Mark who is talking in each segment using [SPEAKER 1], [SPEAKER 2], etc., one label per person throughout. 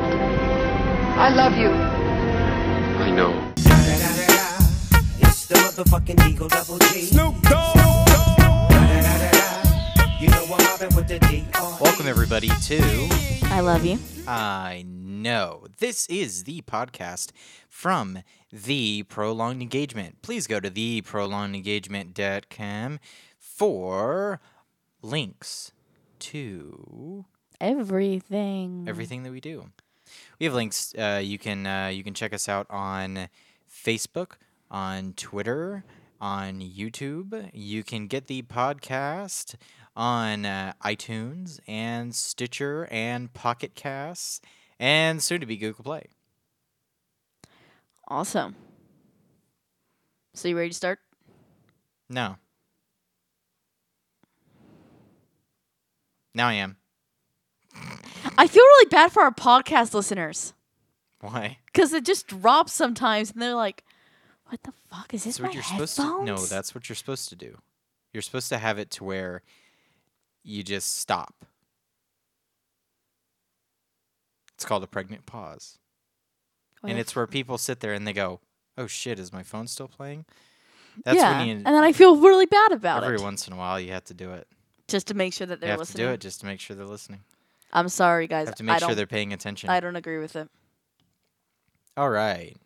[SPEAKER 1] I love you.
[SPEAKER 2] I know.
[SPEAKER 3] It's the motherfucking Eagle Double G.
[SPEAKER 4] Snoop Dogg.
[SPEAKER 3] You know I'm mobbing with the D.
[SPEAKER 5] Welcome, everybody, to
[SPEAKER 6] I love you.
[SPEAKER 5] I Know. This is the podcast from The Prolonged Engagement. Please go to theprolongedengagement.com for links to
[SPEAKER 6] Everything.
[SPEAKER 5] everything that we do. We have links. Uh, you can uh, you can check us out on Facebook, on Twitter, on YouTube. You can get the podcast on uh, iTunes and Stitcher and Pocket Casts and soon to be Google Play.
[SPEAKER 6] Awesome. So you ready to start?
[SPEAKER 5] No. Now I am.
[SPEAKER 6] I feel really bad for our podcast listeners
[SPEAKER 5] Why?
[SPEAKER 6] because it just drops sometimes, and they're like, "What the fuck is this
[SPEAKER 5] That's
[SPEAKER 6] my
[SPEAKER 5] what you're
[SPEAKER 6] headphones?"
[SPEAKER 5] supposed to. No, that's what you're supposed to do. You're supposed to have it to where you just stop. It's called a pregnant pause,
[SPEAKER 6] What
[SPEAKER 5] and
[SPEAKER 6] if-
[SPEAKER 5] it's where people sit there and they go, "Oh shit, is my phone still playing?" That's
[SPEAKER 6] yeah.
[SPEAKER 5] when you.
[SPEAKER 6] and then I feel really bad about
[SPEAKER 5] every
[SPEAKER 6] it
[SPEAKER 5] once in a while you have to do it.
[SPEAKER 6] just to make sure that
[SPEAKER 5] you
[SPEAKER 6] they're
[SPEAKER 5] have
[SPEAKER 6] listening.
[SPEAKER 5] to do it just to make sure they're listening.
[SPEAKER 6] I'm sorry,
[SPEAKER 5] You
[SPEAKER 6] guys.
[SPEAKER 5] have to
[SPEAKER 6] I
[SPEAKER 5] make
[SPEAKER 6] don't.
[SPEAKER 5] sure they're paying attention.
[SPEAKER 6] I don't agree with it.
[SPEAKER 5] All right.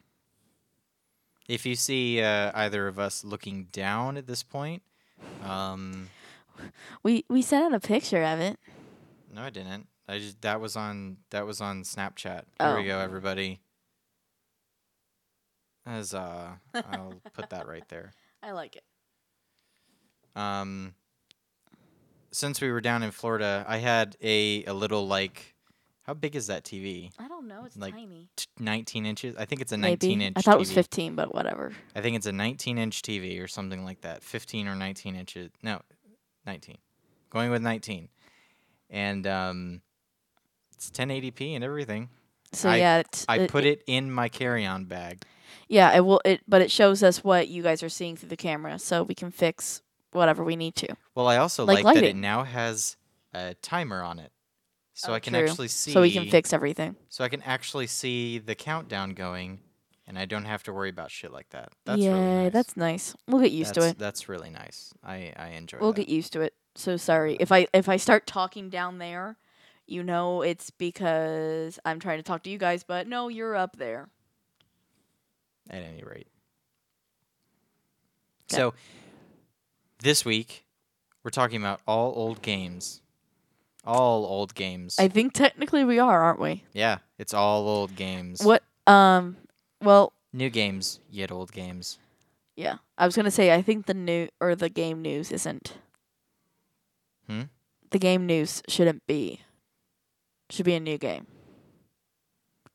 [SPEAKER 5] If you see uh, either of us looking down at this point, um,
[SPEAKER 6] We we sent out a picture of it.
[SPEAKER 5] No, I didn't. I just that was on that was on Snapchat. Here we
[SPEAKER 6] Oh.
[SPEAKER 5] go, everybody. As uh, I'll put that right there.
[SPEAKER 6] I like it.
[SPEAKER 5] Um, since we were down in Florida, I had a a little like, how big is that TV?
[SPEAKER 6] I don't know. It's
[SPEAKER 5] Like,
[SPEAKER 6] tiny.
[SPEAKER 5] T- 19 inches. I think it's a 19
[SPEAKER 6] Maybe
[SPEAKER 5] inch.
[SPEAKER 6] I thought it was
[SPEAKER 5] TV.
[SPEAKER 6] 15, but whatever.
[SPEAKER 5] I think it's a 19 inch TV or something like that. 15 or 19 inches. No, 19. Going with 19. And um, it's 1080p and everything.
[SPEAKER 6] So
[SPEAKER 5] I-
[SPEAKER 6] yeah, it's,
[SPEAKER 5] I
[SPEAKER 6] Uh, it-
[SPEAKER 5] put it in my carry-on bag.
[SPEAKER 6] Yeah, it will. It but it shows us what you guys are seeing through the camera, so we can fix whatever we need to.
[SPEAKER 5] Well, I also like,
[SPEAKER 6] Like
[SPEAKER 5] that it
[SPEAKER 6] lighting.
[SPEAKER 5] now has a timer on it, so
[SPEAKER 6] Oh,
[SPEAKER 5] I can
[SPEAKER 6] true.
[SPEAKER 5] actually see.
[SPEAKER 6] So we can fix everything.
[SPEAKER 5] So I can actually see the countdown going, and I don't have to worry about shit like that. That's
[SPEAKER 6] yeah,
[SPEAKER 5] really nice.
[SPEAKER 6] that's nice. We'll get used
[SPEAKER 5] That's-
[SPEAKER 6] to it.
[SPEAKER 5] That's really nice. I I enjoy.
[SPEAKER 6] We'll
[SPEAKER 5] that.
[SPEAKER 6] get used to it. So sorry if I if I start talking down there, you know it's because I'm trying to talk to you guys, but no, you're up there.
[SPEAKER 5] at any rate.
[SPEAKER 6] 'Kay.
[SPEAKER 5] So this week we're talking about all old games. All old games.
[SPEAKER 6] I think technically we are, aren't we?
[SPEAKER 5] yeah, it's all old games.
[SPEAKER 6] What? Um. Well,
[SPEAKER 5] New games, yet old games.
[SPEAKER 6] yeah. I was gonna say I think the new or the game news isn't.
[SPEAKER 5] Hmm?
[SPEAKER 6] The game news shouldn't be. Should be a new game.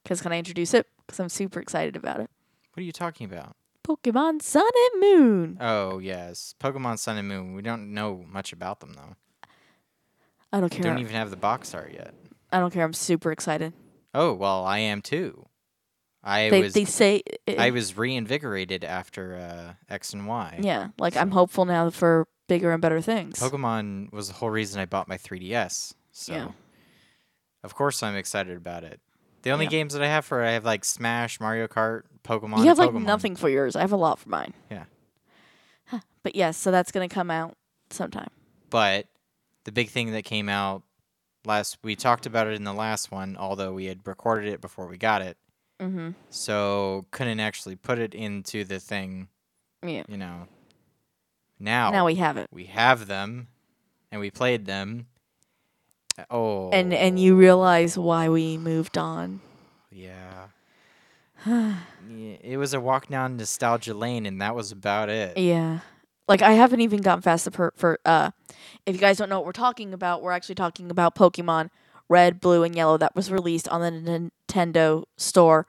[SPEAKER 6] Cause can I introduce it? Cause I'm super excited about it.
[SPEAKER 5] What are you talking about?
[SPEAKER 6] Pokemon Sun and Moon.
[SPEAKER 5] Oh yes, Pokemon Sun and Moon. We don't know much about them though.
[SPEAKER 6] I don't
[SPEAKER 5] We
[SPEAKER 6] care.
[SPEAKER 5] Don't even have the box art yet.
[SPEAKER 6] I don't care. I'm super excited.
[SPEAKER 5] Oh well, I am too. I
[SPEAKER 6] They
[SPEAKER 5] was
[SPEAKER 6] they say. uh,
[SPEAKER 5] I was reinvigorated after uh, X and Y.
[SPEAKER 6] Yeah, like I'm hopeful now for bigger and better things.
[SPEAKER 5] Pokemon was the whole reason I bought my 3DS. So,
[SPEAKER 6] Yeah.
[SPEAKER 5] of course, I'm excited about it. The only
[SPEAKER 6] Yeah.
[SPEAKER 5] games that I have for it, I have like Smash, Mario Kart, Pokemon.
[SPEAKER 6] you have like
[SPEAKER 5] and Pokemon.
[SPEAKER 6] nothing for yours. I have a lot for mine.
[SPEAKER 5] Yeah.
[SPEAKER 6] Huh, But yes, so that's gonna come out sometime.
[SPEAKER 5] But the big thing that came out last, we talked about it in the last one, although we had recorded it before we got it.
[SPEAKER 6] Mm-hmm.
[SPEAKER 5] So, couldn't actually put it into the thing,
[SPEAKER 6] Yeah.
[SPEAKER 5] you know. Now,
[SPEAKER 6] Now we have it,
[SPEAKER 5] we have them and we played them. Uh, Oh.
[SPEAKER 6] and and you realize why we moved on.
[SPEAKER 5] Yeah. Yeah, It was a walk down nostalgia lane, and that was about it.
[SPEAKER 6] Yeah. Like I haven't even gotten past the per- for uh if you guys don't know what we're talking about, we're actually talking about Pokemon Red, Blue and Yellow that was released on the Nintendo store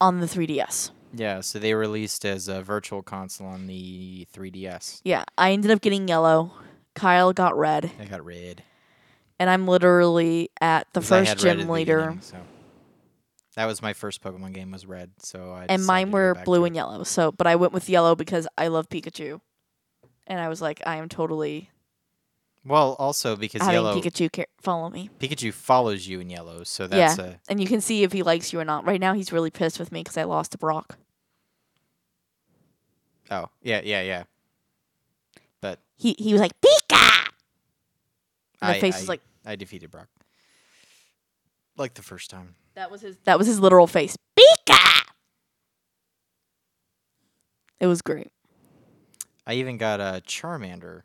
[SPEAKER 6] on the 3DS.
[SPEAKER 5] Yeah, so they released as a virtual console on the 3DS.
[SPEAKER 6] Yeah, I ended up getting Yellow. Kyle got Red,
[SPEAKER 5] I got red.
[SPEAKER 6] and I'm literally at the
[SPEAKER 5] 'cause I
[SPEAKER 6] first
[SPEAKER 5] had red at
[SPEAKER 6] gym
[SPEAKER 5] the
[SPEAKER 6] leader.
[SPEAKER 5] beginning, so. That was my first Pokemon game was Red, so I
[SPEAKER 6] and
[SPEAKER 5] decided to
[SPEAKER 6] mine
[SPEAKER 5] go
[SPEAKER 6] were
[SPEAKER 5] back
[SPEAKER 6] blue
[SPEAKER 5] to
[SPEAKER 6] and yellow. So, but I went with yellow because I love Pikachu, and I was like, I am totally
[SPEAKER 5] it. Well, also because
[SPEAKER 6] having
[SPEAKER 5] yellow
[SPEAKER 6] Pikachu car- follow me.
[SPEAKER 5] Pikachu follows you in yellow, so that's a
[SPEAKER 6] And you can see if he likes you or not. Right now, he's really pissed with me because I lost to Brock.
[SPEAKER 5] Oh, yeah, yeah, yeah. But
[SPEAKER 6] He he was like Pika. And the
[SPEAKER 5] I,
[SPEAKER 6] face
[SPEAKER 5] I,
[SPEAKER 6] was like
[SPEAKER 5] I defeated Brock. Like the first time.
[SPEAKER 6] that was his that was his literal face. Pika. It was great.
[SPEAKER 5] I even got a Charmander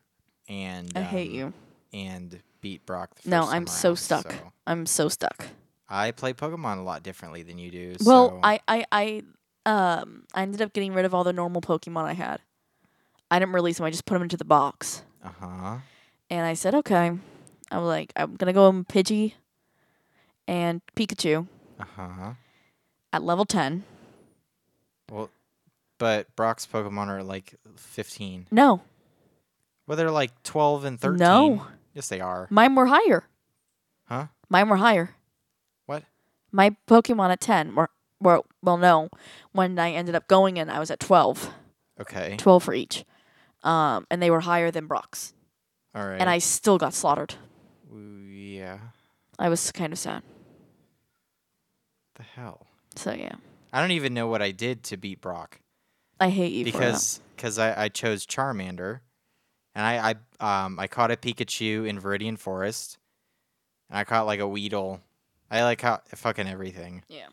[SPEAKER 5] and
[SPEAKER 6] I hate
[SPEAKER 5] um,
[SPEAKER 6] you.
[SPEAKER 5] and beat Brock the first
[SPEAKER 6] No,
[SPEAKER 5] time
[SPEAKER 6] I'm so
[SPEAKER 5] around,
[SPEAKER 6] stuck.
[SPEAKER 5] so.
[SPEAKER 6] I'm so stuck.
[SPEAKER 5] I play Pokemon a lot differently than you do.
[SPEAKER 6] Well,
[SPEAKER 5] so
[SPEAKER 6] I, I I um I ended up getting rid of all the normal Pokemon I had. I didn't release them. I just put them into the box,
[SPEAKER 5] uh-huh.
[SPEAKER 6] and I said, okay. I'm like, I'm gonna go in Pidgey and Pikachu
[SPEAKER 5] Uh-huh.
[SPEAKER 6] at level ten.
[SPEAKER 5] Well, but Brock's Pokemon are like 15.
[SPEAKER 6] No,
[SPEAKER 5] Well, they're like 12 and 13.
[SPEAKER 6] No.
[SPEAKER 5] Yes, they are.
[SPEAKER 6] mine were higher.
[SPEAKER 5] Huh?
[SPEAKER 6] Mine were higher.
[SPEAKER 5] What?
[SPEAKER 6] My Pokemon at ten were well, well, no. When I ended up going in, I was at 12.
[SPEAKER 5] Okay.
[SPEAKER 6] 12 for each, um, and they were higher than Brock's,
[SPEAKER 5] All right.
[SPEAKER 6] and I still got slaughtered.
[SPEAKER 5] Ooh, Yeah.
[SPEAKER 6] I was kind of sad.
[SPEAKER 5] The hell.
[SPEAKER 6] So yeah,
[SPEAKER 5] I don't even know what I did to beat Brock.
[SPEAKER 6] I hate you for that.
[SPEAKER 5] because because I, I chose Charmander, and I I um I caught a Pikachu in Viridian Forest, and I caught like a Weedle. I like caught fucking everything.
[SPEAKER 6] Yeah.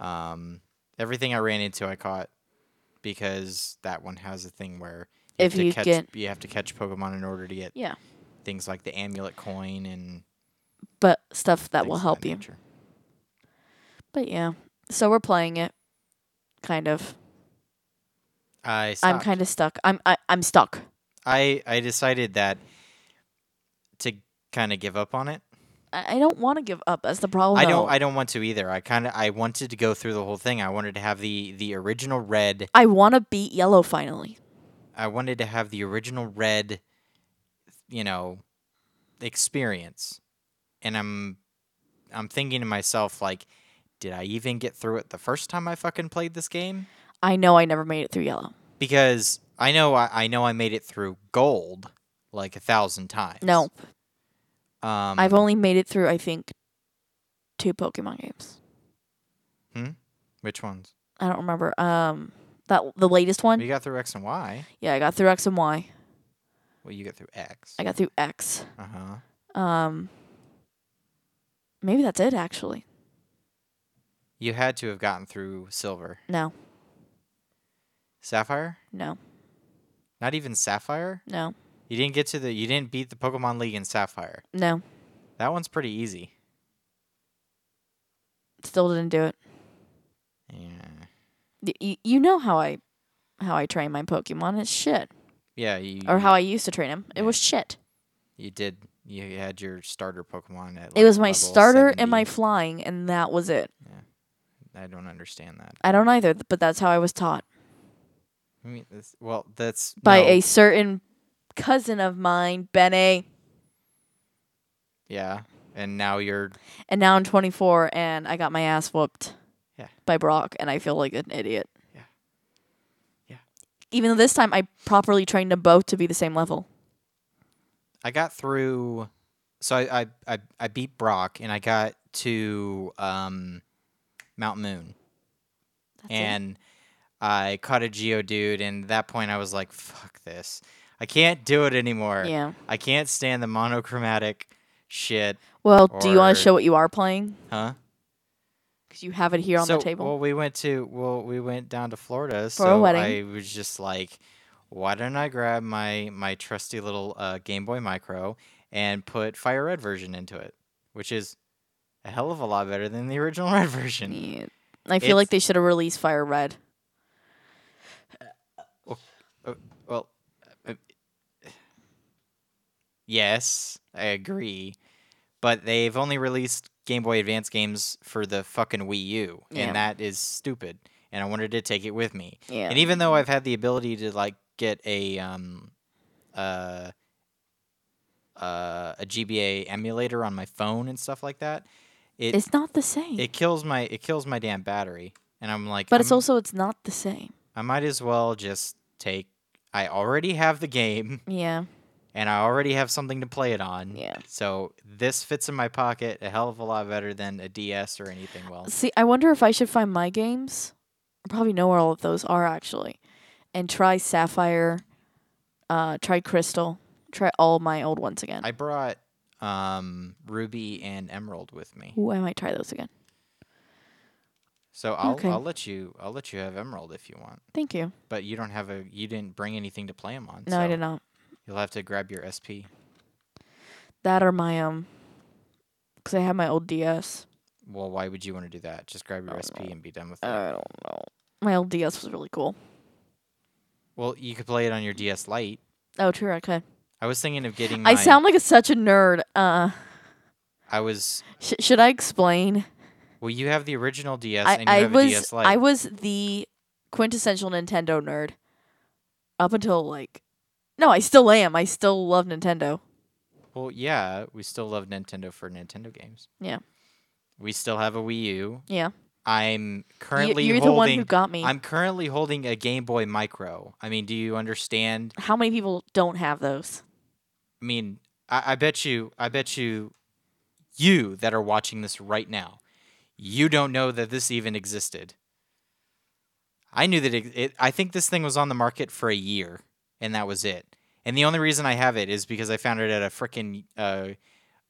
[SPEAKER 5] Um, everything I ran into, I caught because that one has a thing where
[SPEAKER 6] If
[SPEAKER 5] have to
[SPEAKER 6] you
[SPEAKER 5] catch,
[SPEAKER 6] get-
[SPEAKER 5] you have to catch Pokemon in order to get
[SPEAKER 6] Yeah.
[SPEAKER 5] things like the amulet coin and
[SPEAKER 6] But stuff that
[SPEAKER 5] things
[SPEAKER 6] will
[SPEAKER 5] of
[SPEAKER 6] help you.
[SPEAKER 5] nature.
[SPEAKER 6] But yeah. So we're playing it. Kind of.
[SPEAKER 5] I
[SPEAKER 6] I'm
[SPEAKER 5] stopped.
[SPEAKER 6] kind of stuck. I'm I, I'm stuck.
[SPEAKER 5] I I decided that to kind of give up on it.
[SPEAKER 6] I, I don't want to give up. That's the problem.
[SPEAKER 5] I don't.
[SPEAKER 6] though.
[SPEAKER 5] I don't want to either. I kind of. I wanted to go through the whole thing. I wanted to have the the original red.
[SPEAKER 6] I want to beat yellow finally.
[SPEAKER 5] I wanted to have the original red. You know, experience, and I'm, I'm thinking to myself like, did I even get through it the first time I fucking played this game?
[SPEAKER 6] I know I never made it through yellow.
[SPEAKER 5] Because I know I, I know I made it through gold like a thousand times.
[SPEAKER 6] No,
[SPEAKER 5] Um,
[SPEAKER 6] I've only made it through I think two Pokemon games.
[SPEAKER 5] Which ones?
[SPEAKER 6] I don't remember. Um, that the latest one.
[SPEAKER 5] We got through X and Y.
[SPEAKER 6] yeah, I got through X and Y.
[SPEAKER 5] Well, you got through X.
[SPEAKER 6] I got through X.
[SPEAKER 5] Uh huh.
[SPEAKER 6] Um, maybe that's it actually.
[SPEAKER 5] You had to have gotten through silver.
[SPEAKER 6] No,
[SPEAKER 5] Sapphire?
[SPEAKER 6] no,
[SPEAKER 5] Not even Sapphire?
[SPEAKER 6] no,
[SPEAKER 5] You didn't get to the you didn't beat the Pokemon League in Sapphire.
[SPEAKER 6] no.
[SPEAKER 5] That one's pretty easy.
[SPEAKER 6] Still didn't do it.
[SPEAKER 5] Yeah.
[SPEAKER 6] Y- y- you know how I how I train my Pokemon. It's shit.
[SPEAKER 5] Yeah, you
[SPEAKER 6] Or how I used to train them. It
[SPEAKER 5] Mm. Yeah.
[SPEAKER 6] was shit.
[SPEAKER 5] you did you had your starter Pokemon at
[SPEAKER 6] It was
[SPEAKER 5] like,
[SPEAKER 6] my
[SPEAKER 5] level
[SPEAKER 6] starter and my
[SPEAKER 5] 70.
[SPEAKER 6] flying, and that was it.
[SPEAKER 5] I don't understand that.
[SPEAKER 6] I don't either, but that's how I was taught
[SPEAKER 5] I mean that's, well that's
[SPEAKER 6] by
[SPEAKER 5] no.
[SPEAKER 6] a certain cousin of mine, Benny.
[SPEAKER 5] Yeah. And now you're
[SPEAKER 6] And now I'm 24, and I got my ass whooped
[SPEAKER 5] Yeah.
[SPEAKER 6] by Brock, and I feel like an idiot.
[SPEAKER 5] Yeah. Yeah.
[SPEAKER 6] Even though this time I properly trained them both to be the same level.
[SPEAKER 5] I got through so I I, I, I beat Brock and I got to um Mount Moon.
[SPEAKER 6] That's it.
[SPEAKER 5] and I caught a Geodude, and at that point I was like, fuck this. I can't do it anymore.
[SPEAKER 6] Yeah.
[SPEAKER 5] I can't stand the monochromatic shit.
[SPEAKER 6] Well, do you
[SPEAKER 5] or-
[SPEAKER 6] want to show what you are playing?
[SPEAKER 5] Huh?
[SPEAKER 6] Because you have it here on
[SPEAKER 5] so,
[SPEAKER 6] the table.
[SPEAKER 5] Well, we went to well, we went down to Florida
[SPEAKER 6] For a
[SPEAKER 5] so
[SPEAKER 6] wedding.
[SPEAKER 5] I was just like, why don't I grab my my trusty little uh, Game Boy Micro and put Fire Red version into it, which is a hell of a lot better than the original Red version.
[SPEAKER 6] Yeah. I feel like
[SPEAKER 5] It's-
[SPEAKER 6] they should have released Fire Red.
[SPEAKER 5] Well, uh, uh, yes, I agree, but they've only released Game Boy Advance games for the fucking Wii U,
[SPEAKER 6] Yeah.
[SPEAKER 5] and that is stupid. And I wanted to take it with me,
[SPEAKER 6] Yeah.
[SPEAKER 5] and even though I've had the ability to like get a um, uh, uh, a GBA emulator on my phone and stuff like that, It
[SPEAKER 6] It's not the same.
[SPEAKER 5] it kills my it kills my damn battery, and I'm like,
[SPEAKER 6] but it's
[SPEAKER 5] I'm-
[SPEAKER 6] also it's not the same.
[SPEAKER 5] I might as well just take. I already have the game,
[SPEAKER 6] Yeah.
[SPEAKER 5] and I already have something to play it on.
[SPEAKER 6] Yeah.
[SPEAKER 5] So this fits in my pocket a hell of a lot better than a DS or anything. Well,
[SPEAKER 6] See, I wonder if I should find my games. I probably know where all of those are actually, and try Sapphire, uh, try Crystal, try all my old ones again.
[SPEAKER 5] I brought um, Ruby and Emerald with me,
[SPEAKER 6] Ooh, I might try those again.
[SPEAKER 5] so I'll
[SPEAKER 6] Okay.
[SPEAKER 5] I'll let you I'll let you have Emerald if you want.
[SPEAKER 6] Thank you.
[SPEAKER 5] But you don't have a you didn't bring anything to play them on.
[SPEAKER 6] No, I
[SPEAKER 5] so
[SPEAKER 6] did not.
[SPEAKER 5] You'll have to grab your SP.
[SPEAKER 6] That are my um, because I have my old DS.
[SPEAKER 5] Well, why would you want to do that? Just grab your SP and be done with it.
[SPEAKER 6] I don't know. My old DS was really cool.
[SPEAKER 5] well, you could play it on your DS Lite.
[SPEAKER 6] Oh, true. I could.
[SPEAKER 5] I was thinking of getting.
[SPEAKER 6] I
[SPEAKER 5] mine-
[SPEAKER 6] sound like a, such a nerd. Uh,
[SPEAKER 5] I was
[SPEAKER 6] sh- should I explain?
[SPEAKER 5] Well, you have the original DS
[SPEAKER 6] I,
[SPEAKER 5] and you
[SPEAKER 6] I
[SPEAKER 5] have a
[SPEAKER 6] was
[SPEAKER 5] DS Lite.
[SPEAKER 6] I was the quintessential Nintendo nerd up until like no, I still am. I still love Nintendo.
[SPEAKER 5] well, yeah, we still love Nintendo for Nintendo games.
[SPEAKER 6] Yeah.
[SPEAKER 5] We still have a Wii U.
[SPEAKER 6] Yeah,
[SPEAKER 5] I'm
[SPEAKER 6] you,
[SPEAKER 5] currently
[SPEAKER 6] you're
[SPEAKER 5] holding.
[SPEAKER 6] the one who got me.
[SPEAKER 5] I'm currently holding a Game Boy Micro. I mean, do you understand?
[SPEAKER 6] How many people don't have those?
[SPEAKER 5] I mean, I, I bet you, I bet you, you that are watching this right now, you don't know that this even existed. I knew that it, it. I think this thing was on the market for a year, and that was it. And the only reason I have it is because I found it at a freaking uh,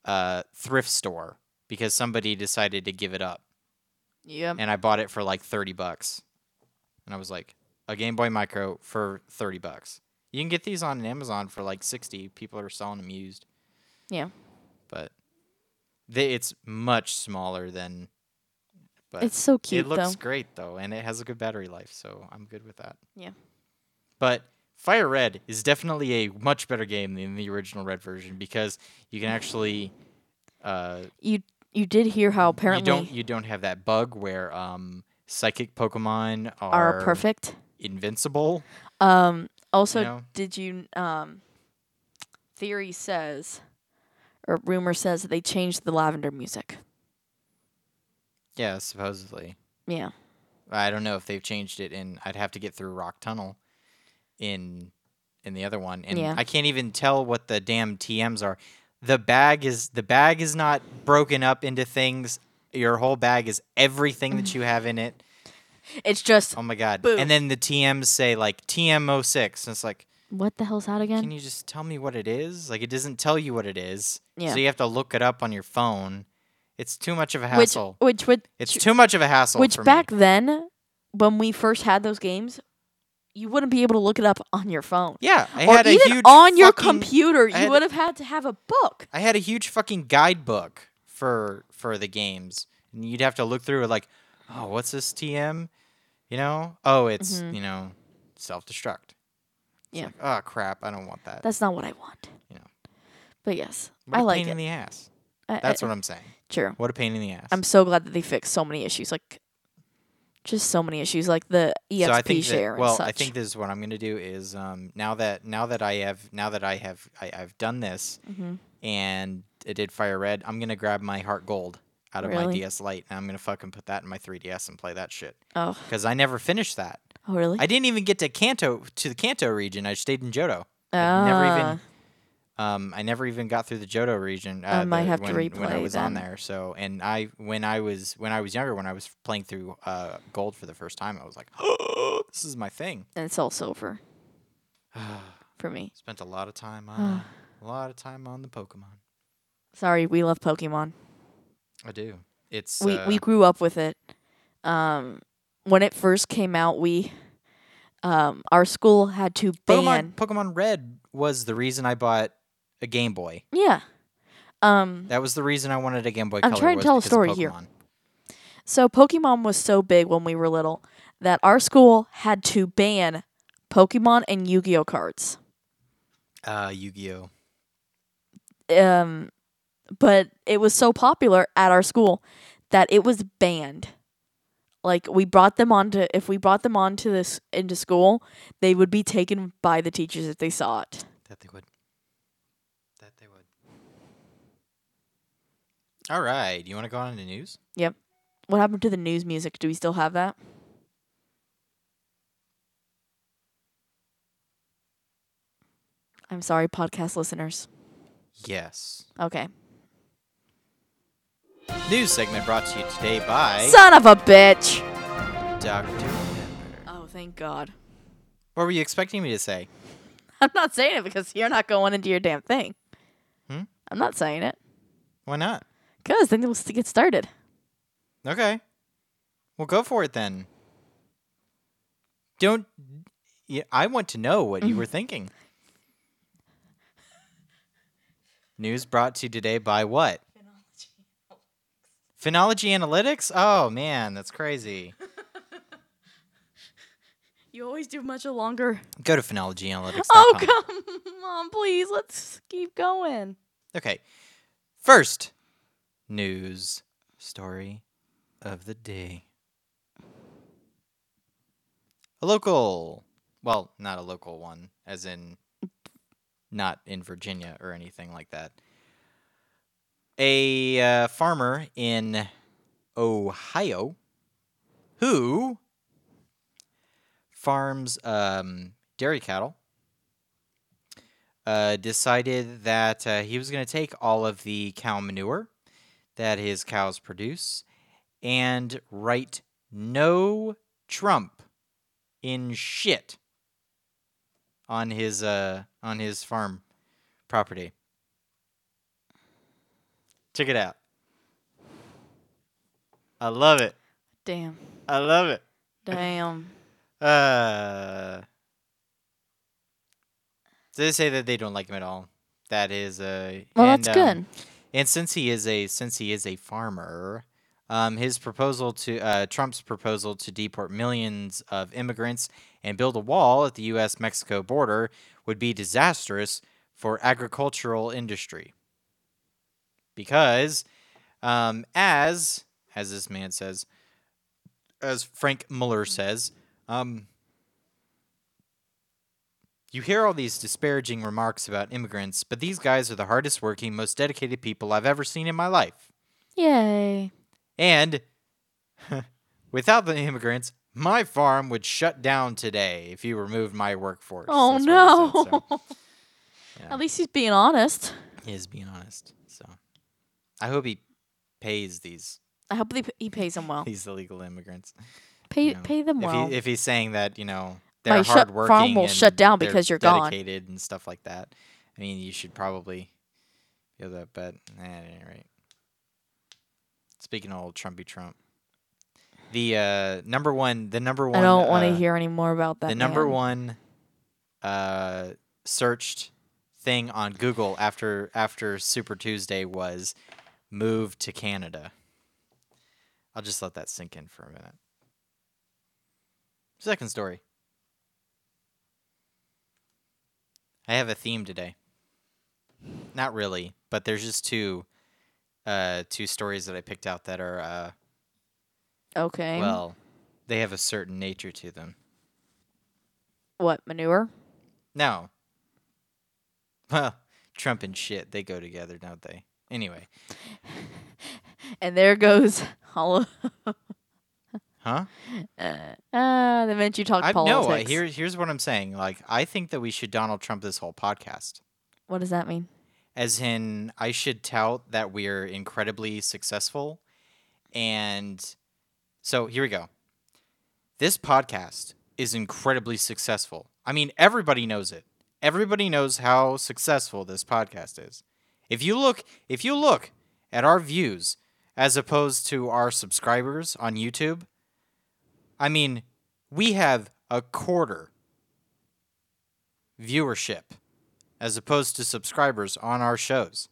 [SPEAKER 5] uh, thrift store because somebody decided to give it up,
[SPEAKER 6] Yeah,
[SPEAKER 5] and I bought it for like thirty bucks. And I was like, a Game Boy Micro for thirty bucks. You can get these on Amazon for like sixty. People are selling them used,
[SPEAKER 6] yeah.
[SPEAKER 5] but they, it's much smaller than. But
[SPEAKER 6] It's so cute
[SPEAKER 5] it looks
[SPEAKER 6] though.
[SPEAKER 5] great though, and it has a good battery life, so I'm good with that.
[SPEAKER 6] Yeah.
[SPEAKER 5] But Fire Red is definitely a much better game than the original Red version because you can actually uh,
[SPEAKER 6] You you did hear how
[SPEAKER 5] you
[SPEAKER 6] apparently
[SPEAKER 5] don't you don't have that bug where um, psychic Pokemon are,
[SPEAKER 6] are perfect.
[SPEAKER 5] invincible.
[SPEAKER 6] Um also
[SPEAKER 5] know?
[SPEAKER 6] did you um theory says or rumor says that they changed the lavender music.
[SPEAKER 5] Yeah, supposedly.
[SPEAKER 6] Yeah.
[SPEAKER 5] I don't know if they've changed it in I'd have to get through Rock Tunnel in in the other one. And
[SPEAKER 6] Yeah.
[SPEAKER 5] I can't even tell what the damn TMs are. The bag is the bag is not broken up into things. Your whole bag is everything
[SPEAKER 6] Mm.
[SPEAKER 5] that you have in it.
[SPEAKER 6] It's just
[SPEAKER 5] Oh my god.
[SPEAKER 6] Boom.
[SPEAKER 5] And then the TMs say like TM06 and it's like
[SPEAKER 6] what the hell's that again?
[SPEAKER 5] can you just tell me what it is? Like it doesn't tell you what it is.
[SPEAKER 6] Yeah.
[SPEAKER 5] So you have to look it up on your phone. It's too much of a hassle.
[SPEAKER 6] Which which would
[SPEAKER 5] it's too much of a hassle
[SPEAKER 6] Which
[SPEAKER 5] for me.
[SPEAKER 6] back then, when we first had those games, you wouldn't be able to look it up on your phone.
[SPEAKER 5] Yeah, I
[SPEAKER 6] or
[SPEAKER 5] had a
[SPEAKER 6] even
[SPEAKER 5] huge
[SPEAKER 6] on your
[SPEAKER 5] fucking-
[SPEAKER 6] computer,
[SPEAKER 5] I
[SPEAKER 6] you
[SPEAKER 5] had-
[SPEAKER 6] would have had to have a book.
[SPEAKER 5] I had a huge fucking guidebook for for the games, and you'd have to look through it like, oh, what's this TM? You know, oh, it's you know, self destruct.
[SPEAKER 6] Mm-hmm. Yeah.
[SPEAKER 5] Like, oh crap, I don't want that.
[SPEAKER 6] That's not what I want.
[SPEAKER 5] You know.
[SPEAKER 6] But yes,
[SPEAKER 5] what
[SPEAKER 6] I
[SPEAKER 5] a
[SPEAKER 6] like
[SPEAKER 5] pain
[SPEAKER 6] it.
[SPEAKER 5] in the ass.
[SPEAKER 6] I-
[SPEAKER 5] That's
[SPEAKER 6] I,
[SPEAKER 5] what I'm saying.
[SPEAKER 6] true.
[SPEAKER 5] What a pain in the ass.
[SPEAKER 6] I'm so glad that they fixed so many issues, like just so many issues, like the EXP
[SPEAKER 5] so I think
[SPEAKER 6] E share
[SPEAKER 5] that,
[SPEAKER 6] and
[SPEAKER 5] well,
[SPEAKER 6] such.
[SPEAKER 5] I think this is what I'm gonna do is um, now that now that I have now that I have I, I've done this
[SPEAKER 6] Mm-hmm.
[SPEAKER 5] and it did fire red, I'm gonna grab my heart gold out of my
[SPEAKER 6] Really?
[SPEAKER 5] DS Lite and I'm gonna fucking put that in my 3DS and play that shit
[SPEAKER 6] oh,
[SPEAKER 5] because I never finished that.
[SPEAKER 6] oh, really?
[SPEAKER 5] I didn't even get to Kanto to the Kanto region. I stayed in Johto. I never
[SPEAKER 6] ah,
[SPEAKER 5] even um, I never even got through the Johto region. Uh,
[SPEAKER 6] I might
[SPEAKER 5] the-
[SPEAKER 6] have to
[SPEAKER 5] when, when I
[SPEAKER 6] replay
[SPEAKER 5] was on
[SPEAKER 6] then.
[SPEAKER 5] there. So and I when I was when I was younger when I was playing through uh, Gold for the first time, I was like, oh, this is my thing.
[SPEAKER 6] and it's all silver for me.
[SPEAKER 5] Spent a lot of time on a lot of time on the Pokemon.
[SPEAKER 6] Sorry, we love Pokemon.
[SPEAKER 5] I do. It's
[SPEAKER 6] we
[SPEAKER 5] uh,
[SPEAKER 6] we grew up with it. Um, when it first came out, we um our school had to ban.
[SPEAKER 5] Pokemon Pokemon Red was the reason I bought a Game Boy.
[SPEAKER 6] Yeah. Um.
[SPEAKER 5] That was the reason I wanted a Game Boy
[SPEAKER 6] I'm
[SPEAKER 5] Color.
[SPEAKER 6] trying to
[SPEAKER 5] was
[SPEAKER 6] tell a
[SPEAKER 5] because of
[SPEAKER 6] story here.
[SPEAKER 5] Pokemon.
[SPEAKER 6] So Pokemon was so big when we were little that our school had to ban Pokemon and Yu-Gi-Oh cards.
[SPEAKER 5] Uh, Yu-Gi-Oh.
[SPEAKER 6] Um, but it was so popular at our school that it was banned. Like we brought them onto if we brought them onto this into school, they would be taken by the teachers if they saw it.
[SPEAKER 5] That they would. That they would. All right. You want to go on to news?
[SPEAKER 6] Yep. What happened to the news music? Do we still have that? I'm sorry, podcast listeners.
[SPEAKER 5] Yes.
[SPEAKER 6] Okay.
[SPEAKER 5] News segment brought to you today by
[SPEAKER 6] Son of a bitch!
[SPEAKER 5] Dr. Pepper.
[SPEAKER 6] Oh, thank God.
[SPEAKER 5] What were you expecting me to say?
[SPEAKER 6] I'm not saying it because you're not going into your damn thing.
[SPEAKER 5] Hmm?
[SPEAKER 6] I'm not saying it
[SPEAKER 5] Why not?
[SPEAKER 6] because then you'll st- get started.
[SPEAKER 5] Okay. Well, go for it then. Don't. Yeah, I want to know what you were thinking. News brought to you today by what? Phenology analytics? Oh man, that's crazy.
[SPEAKER 6] You always do much longer.
[SPEAKER 5] Go to phenologyanalytics.com.
[SPEAKER 6] Oh, come on, please. Let's keep going.
[SPEAKER 5] Okay. First news story of the day. A local, well, not a local one, as in not in Virginia or anything like that. A uh, farmer in Ohio who farms um, dairy cattle uh, decided that uh, he was going to take all of the cow manure that his cows produce and write no Trump in shit on his uh, on his farm property. Check it out. I love it.
[SPEAKER 6] Damn.
[SPEAKER 5] I love it.
[SPEAKER 6] Damn.
[SPEAKER 5] Uh, they say that they don't like him at all. That is uh,
[SPEAKER 6] Well,
[SPEAKER 5] and,
[SPEAKER 6] that's
[SPEAKER 5] um,
[SPEAKER 6] good.
[SPEAKER 5] And since he is a since he is a farmer, um, his proposal to uh, Trump's proposal to deport millions of immigrants and build a wall at the U.S. Mexico border would be disastrous for agricultural industry. Because, um, as as this man says, as Frank Mueller says, um, you hear all these disparaging remarks about immigrants, but these guys are the hardest working, most dedicated people I've ever seen in my life.
[SPEAKER 6] Yay.
[SPEAKER 5] And without the immigrants, my farm would shut down today if you removed my workforce.
[SPEAKER 6] Oh,
[SPEAKER 5] That's what he said,
[SPEAKER 6] no.
[SPEAKER 5] so Yeah.
[SPEAKER 6] At least he's being honest.
[SPEAKER 5] he is being honest. So I hope he pays these
[SPEAKER 6] I hope they, p- he pays them well.
[SPEAKER 5] these illegal immigrants. you
[SPEAKER 6] Pay
[SPEAKER 5] know.
[SPEAKER 6] pay them
[SPEAKER 5] if,
[SPEAKER 6] well.
[SPEAKER 5] he, if he's saying that, you know,
[SPEAKER 6] My
[SPEAKER 5] they're
[SPEAKER 6] shut- farm
[SPEAKER 5] hard working.
[SPEAKER 6] will shut down because you're gone.
[SPEAKER 5] dedicated and stuff like that. I mean, you should probably give that bet. Nah, at any rate. Speaking of old Trumpy Trump, the uh, number one, the number one,
[SPEAKER 6] I don't want
[SPEAKER 5] uh,
[SPEAKER 6] to hear any more about that.
[SPEAKER 5] the number
[SPEAKER 6] man.
[SPEAKER 5] one uh, searched thing on Google after after Super Tuesday was move to Canada. I'll just let that sink in for a minute. Second story. I have a theme today. Not really, but there's just two uh, two stories that I picked out that are uh,
[SPEAKER 6] Okay.
[SPEAKER 5] well, they have a certain nature to them.
[SPEAKER 6] what manure?
[SPEAKER 5] No. Well, Trump and shit, they go together, don't they? Anyway.
[SPEAKER 6] And there goes all of
[SPEAKER 5] Huh?
[SPEAKER 6] uh, the minute you talk
[SPEAKER 5] I
[SPEAKER 6] politics.
[SPEAKER 5] no, I, here here's what I'm saying. Like I think that we should Donald Trump this whole podcast.
[SPEAKER 6] What does that mean?
[SPEAKER 5] As in I should tout that we're incredibly successful and so here we go. This podcast is incredibly successful. I mean, everybody knows it. Everybody knows how successful this podcast is. If you look, if you look at our views as opposed to our subscribers on YouTube, I mean, we have a quarter viewership as opposed to subscribers on our shows.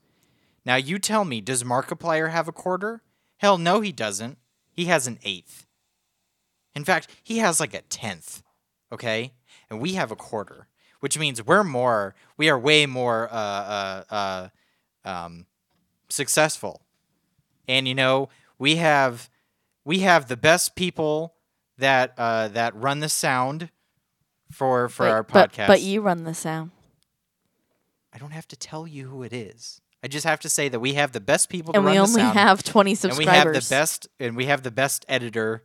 [SPEAKER 5] Now you tell me, does Markiplier have a quarter? Hell no, he doesn't. He has an eighth. In fact, he has like a tenth. Okay, and we have a quarter, which means we're more, we are way more uh, uh, uh, um, successful. And you know, we have we have the best people that uh, that run the sound for for
[SPEAKER 6] But-
[SPEAKER 5] our
[SPEAKER 6] but,
[SPEAKER 5] podcast.
[SPEAKER 6] but you run the sound.
[SPEAKER 5] I don't have to tell you who it is. I just have to say that we have the best people
[SPEAKER 6] and
[SPEAKER 5] to run
[SPEAKER 6] we
[SPEAKER 5] the
[SPEAKER 6] only
[SPEAKER 5] sound,
[SPEAKER 6] have 20
[SPEAKER 5] and we
[SPEAKER 6] subscribers.
[SPEAKER 5] have the best, and we have the best editor.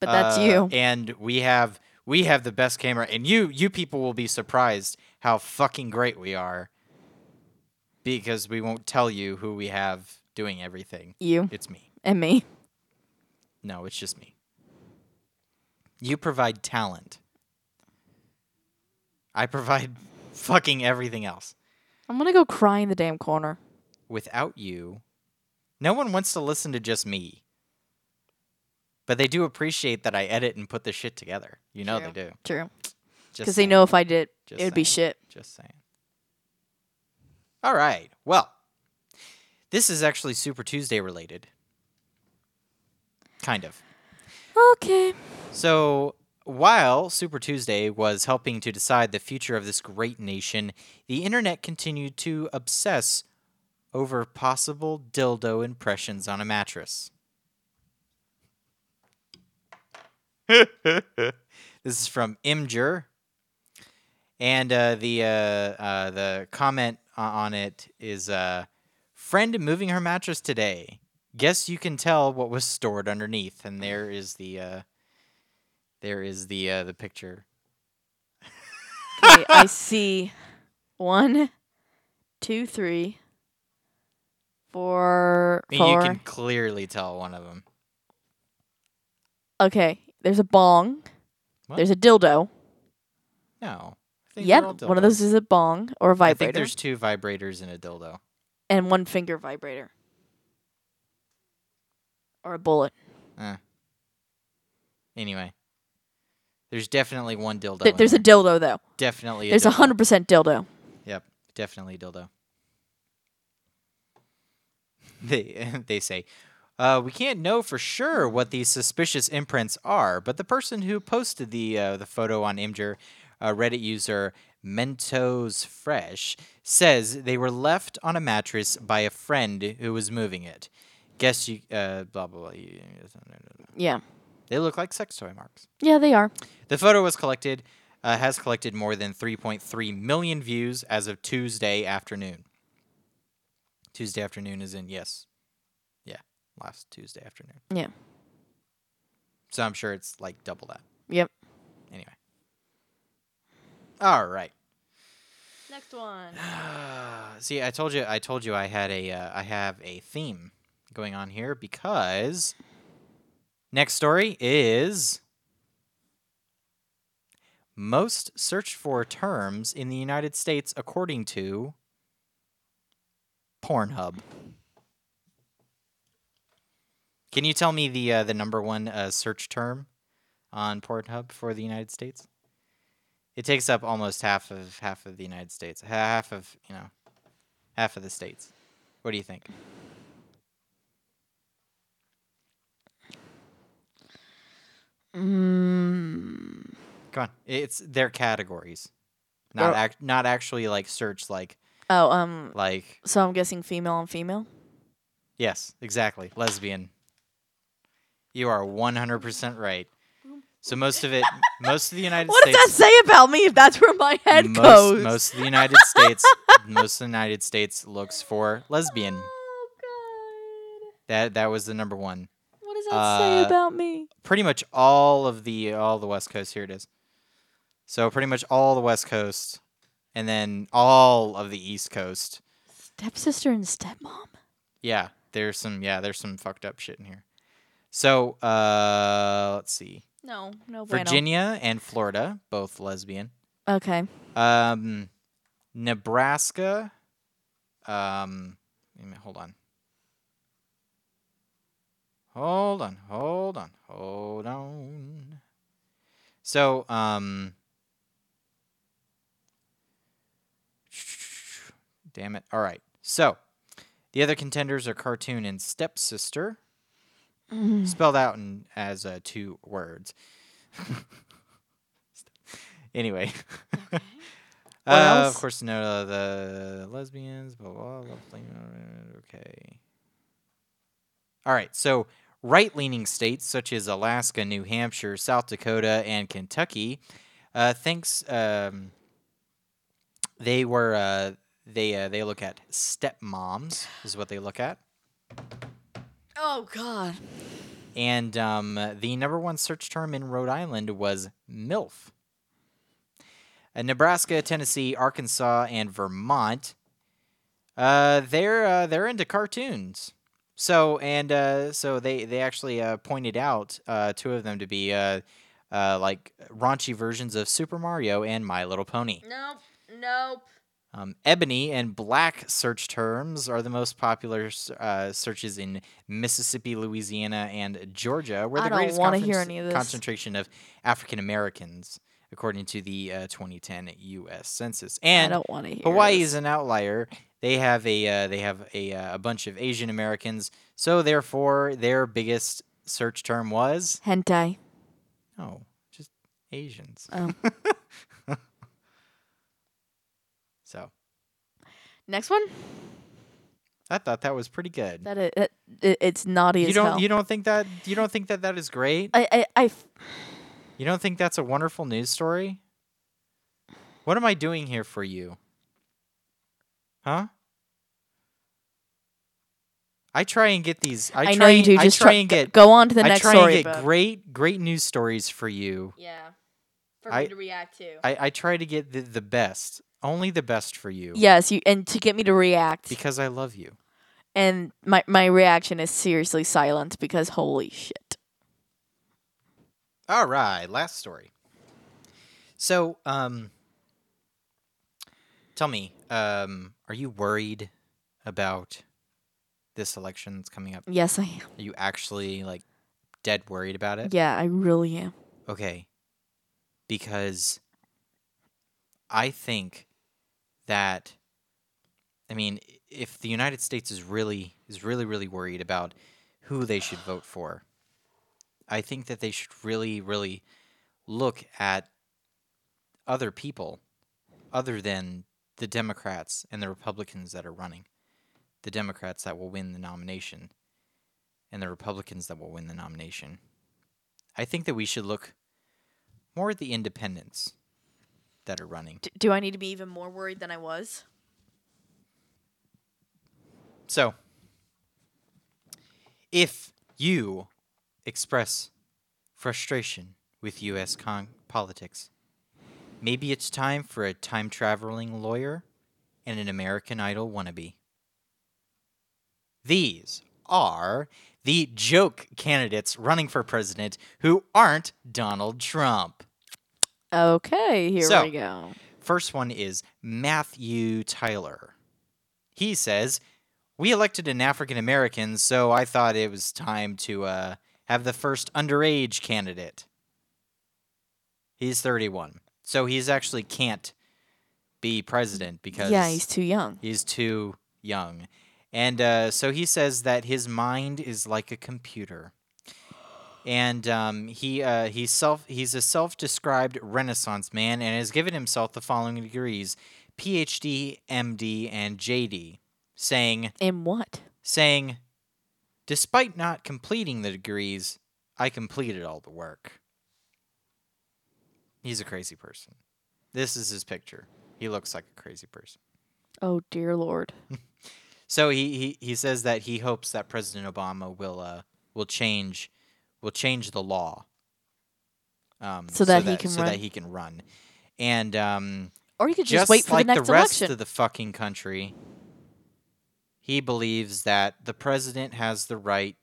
[SPEAKER 6] but that's
[SPEAKER 5] uh,
[SPEAKER 6] you.
[SPEAKER 5] And we have we have the best camera, and you you people will be surprised how fucking great we are, because we won't tell you who we have doing everything.
[SPEAKER 6] You
[SPEAKER 5] It's me.
[SPEAKER 6] and me.
[SPEAKER 5] No, it's just me. You provide talent. I provide fucking everything else.
[SPEAKER 6] I'm going to go cry in the damn corner.
[SPEAKER 5] Without you, no one wants to listen to just me. But they do appreciate that I edit and put this shit together. You know they do.
[SPEAKER 6] True.
[SPEAKER 5] Just
[SPEAKER 6] Because they
[SPEAKER 5] saying.
[SPEAKER 6] know if I did,
[SPEAKER 5] Just
[SPEAKER 6] it would be
[SPEAKER 5] saying.
[SPEAKER 6] shit.
[SPEAKER 5] Just saying. All right. Well, this is actually Super Tuesday related. Kind of.
[SPEAKER 6] Okay.
[SPEAKER 5] So, while Super Tuesday was helping to decide the future of this great nation, the internet continued to obsess over possible dildo impressions on a mattress. this is from Imgur. And uh, the uh, uh, the comment o- on it is uh, friend moving her mattress today. Guess you can tell what was stored underneath. And there is the uh, there is the uh, the picture.
[SPEAKER 6] Okay, I see one, two, three, four,
[SPEAKER 5] I mean,
[SPEAKER 6] four.
[SPEAKER 5] You can clearly tell one of them.
[SPEAKER 6] Okay, there's a bong.
[SPEAKER 5] What?
[SPEAKER 6] There's a dildo.
[SPEAKER 5] No. I think they're all
[SPEAKER 6] Yep, one of
[SPEAKER 5] dildos.
[SPEAKER 6] those is a bong or a
[SPEAKER 5] I think
[SPEAKER 6] vibrator,
[SPEAKER 5] there's two vibrators and a dildo.
[SPEAKER 6] and one finger vibrator, or a bullet.
[SPEAKER 5] Anyway, there's definitely one dildo.
[SPEAKER 6] Th-
[SPEAKER 5] in
[SPEAKER 6] there's a
[SPEAKER 5] there.
[SPEAKER 6] dildo though.
[SPEAKER 5] definitely.
[SPEAKER 6] There's
[SPEAKER 5] a
[SPEAKER 6] a
[SPEAKER 5] dildo.
[SPEAKER 6] hundred percent dildo.
[SPEAKER 5] Yep, definitely dildo. They they say, uh, we can't know for sure what these suspicious imprints are, but the person who posted the uh, the photo on Imgur, uh, Reddit user Mentos Fresh, says they were left on a mattress by a friend who was moving it. Guess you uh, blah blah blah. you-
[SPEAKER 6] Yeah,
[SPEAKER 5] They look like sex toy marks.
[SPEAKER 6] yeah, they are.
[SPEAKER 5] The photo was collected, uh, has collected more than 3.3 million views as of Tuesday afternoon. Tuesday afternoon is in, yes. Yeah, last Tuesday afternoon.
[SPEAKER 6] Yeah.
[SPEAKER 5] So I'm sure it's like double that.
[SPEAKER 6] Yep.
[SPEAKER 5] Anyway. All right.
[SPEAKER 6] Next one.
[SPEAKER 5] See, I told you, I told you, I had a, uh, I have a theme going on here because next story is most searched for terms in the United States according to Pornhub. Can you tell me the uh, the number one uh, search term on Pornhub for the United States? It takes up almost half of half of the United States, half of you know, half of the states. What do you think?
[SPEAKER 6] Mm,
[SPEAKER 5] Come on, it's their categories, not
[SPEAKER 6] Well-
[SPEAKER 5] act, not actually like search like
[SPEAKER 6] oh, um.
[SPEAKER 5] like
[SPEAKER 6] So I'm guessing female and female.
[SPEAKER 5] yes, exactly lesbian. You are one hundred percent right. So most of it, most of the United
[SPEAKER 6] What does
[SPEAKER 5] States,
[SPEAKER 6] that say about me if that's where my head
[SPEAKER 5] most,
[SPEAKER 6] goes?
[SPEAKER 5] most of the United States, most of the United States looks for lesbian.
[SPEAKER 6] Oh God!
[SPEAKER 5] That that was the number one.
[SPEAKER 6] What does that say
[SPEAKER 5] Uh,
[SPEAKER 6] about me?
[SPEAKER 5] pretty much all of the all the West Coast. Here it is. So pretty much all the West Coast, and then all of the East Coast.
[SPEAKER 6] Stepsister and stepmom.
[SPEAKER 5] Yeah, there's some yeah there's some fucked up shit in here. So uh, let's see,
[SPEAKER 6] No, no.
[SPEAKER 5] Virginia and Florida both lesbian.
[SPEAKER 6] Okay.
[SPEAKER 5] Um, Nebraska. Um, wait a minute, hold on. Hold on, hold on, hold on. So, um, damn it. All right. So, the other contenders are cartoon and stepsister,
[SPEAKER 6] Mm.
[SPEAKER 5] spelled out in, as uh, two words. anyway.
[SPEAKER 6] What
[SPEAKER 5] Uh,
[SPEAKER 6] else?
[SPEAKER 5] of course, no, uh, the lesbians, blah, blah, blah, blah, blah, okay. All right, so right leaning states such as Alaska, New Hampshire, South Dakota, and Kentucky, uh, thanks, um, they were, uh, They uh, they look at stepmoms is what they look at.
[SPEAKER 6] Oh God.
[SPEAKER 5] And um, the number one search term in Rhode Island was MILF. Uh, Nebraska, Tennessee, Arkansas, and Vermont, uh, they're uh, they're into cartoons. So and uh, so they they actually uh, pointed out uh, two of them to be uh, uh, like raunchy versions of Super Mario and My Little Pony.
[SPEAKER 6] Nope. Nope.
[SPEAKER 5] Um, ebony and black search terms are the most popular uh, searches in Mississippi, Louisiana, and Georgia, where
[SPEAKER 6] I
[SPEAKER 5] the
[SPEAKER 6] don't
[SPEAKER 5] greatest
[SPEAKER 6] wanna hear
[SPEAKER 5] conference-
[SPEAKER 6] any of this.
[SPEAKER 5] concentration of African Americans, according to the uh, 2010 U.S. Census.
[SPEAKER 6] I
[SPEAKER 5] And
[SPEAKER 6] don't want to hear.
[SPEAKER 5] Hawaii
[SPEAKER 6] this.
[SPEAKER 5] is an outlier. They have a uh, they have a, uh, a bunch of Asian Americans, so therefore their biggest search term was
[SPEAKER 6] hentai.
[SPEAKER 5] no, just Asians.
[SPEAKER 6] Oh.
[SPEAKER 5] so
[SPEAKER 6] Next one.
[SPEAKER 5] I thought that was pretty good.
[SPEAKER 6] That it, that- it- it's naughty
[SPEAKER 5] you
[SPEAKER 6] as
[SPEAKER 5] don't
[SPEAKER 6] hell.
[SPEAKER 5] you don't think that you don't think that that is great
[SPEAKER 6] I, I, I f-
[SPEAKER 5] you don't think that's a wonderful news story what am i doing here for you huh i try and get these i,
[SPEAKER 6] I
[SPEAKER 5] try
[SPEAKER 6] know you
[SPEAKER 5] and,
[SPEAKER 6] do.
[SPEAKER 5] I
[SPEAKER 6] Just
[SPEAKER 5] try
[SPEAKER 6] try-
[SPEAKER 5] and get
[SPEAKER 6] go on to the
[SPEAKER 5] i
[SPEAKER 6] next
[SPEAKER 5] try
[SPEAKER 6] story.
[SPEAKER 5] and get
[SPEAKER 6] but-
[SPEAKER 5] great great news stories for you
[SPEAKER 6] Yeah. For
[SPEAKER 5] me I-
[SPEAKER 6] to react to.
[SPEAKER 5] i, I try to get the, the best only the best for you
[SPEAKER 6] yes, you and to get me to react.
[SPEAKER 5] because i love you
[SPEAKER 6] and my my reaction is seriously silent because holy shit.
[SPEAKER 5] All right, last story. So, um, tell me, um, are you worried about this election that's coming up?
[SPEAKER 6] Yes, I am.
[SPEAKER 5] Are you actually like dead worried about it?
[SPEAKER 6] Yeah, I really am.
[SPEAKER 5] Okay. Because I think that I mean, i- if the United States is really is really really worried about who they should vote for, I think that they should really really look at other people other than the Democrats and the Republicans that are running. The Democrats that will win the nomination and the Republicans that will win the nomination. I think that we should look more at the independents that are running.
[SPEAKER 6] D- do I need to be even more worried than I was?
[SPEAKER 5] So, if you express frustration with U.S. Con- politics, maybe it's time for a time traveling lawyer and an American Idol wannabe. These are the joke candidates running for president who aren't Donald Trump.
[SPEAKER 6] Okay, here
[SPEAKER 5] So-
[SPEAKER 6] we go.
[SPEAKER 5] First one is Matthew Tyler. He says, "We elected an African American, so I thought it was time to uh, have the first underage candidate." He's 31, so he's actually can't be president because
[SPEAKER 6] Yeah, he's too young.
[SPEAKER 5] he's too young, and uh, so he says that his mind is like a computer. And um, he uh, he's self he's a self-described Renaissance man and has given himself the following degrees: PhD, MD, and JD, saying
[SPEAKER 6] In what?
[SPEAKER 5] saying, Despite not completing the degrees, I completed all the work. He's a crazy person. This is his picture. He looks like a crazy person.
[SPEAKER 6] Oh dear lord.
[SPEAKER 5] So he, he, he says that he hopes that President Obama will uh, will change will change the law. Um,
[SPEAKER 6] So that he can
[SPEAKER 5] so
[SPEAKER 6] run.
[SPEAKER 5] that he can run, and um,
[SPEAKER 6] Or you could just,
[SPEAKER 5] just
[SPEAKER 6] wait for
[SPEAKER 5] like
[SPEAKER 6] the next
[SPEAKER 5] rest
[SPEAKER 6] election.
[SPEAKER 5] of the fucking country, he believes that the president has the right,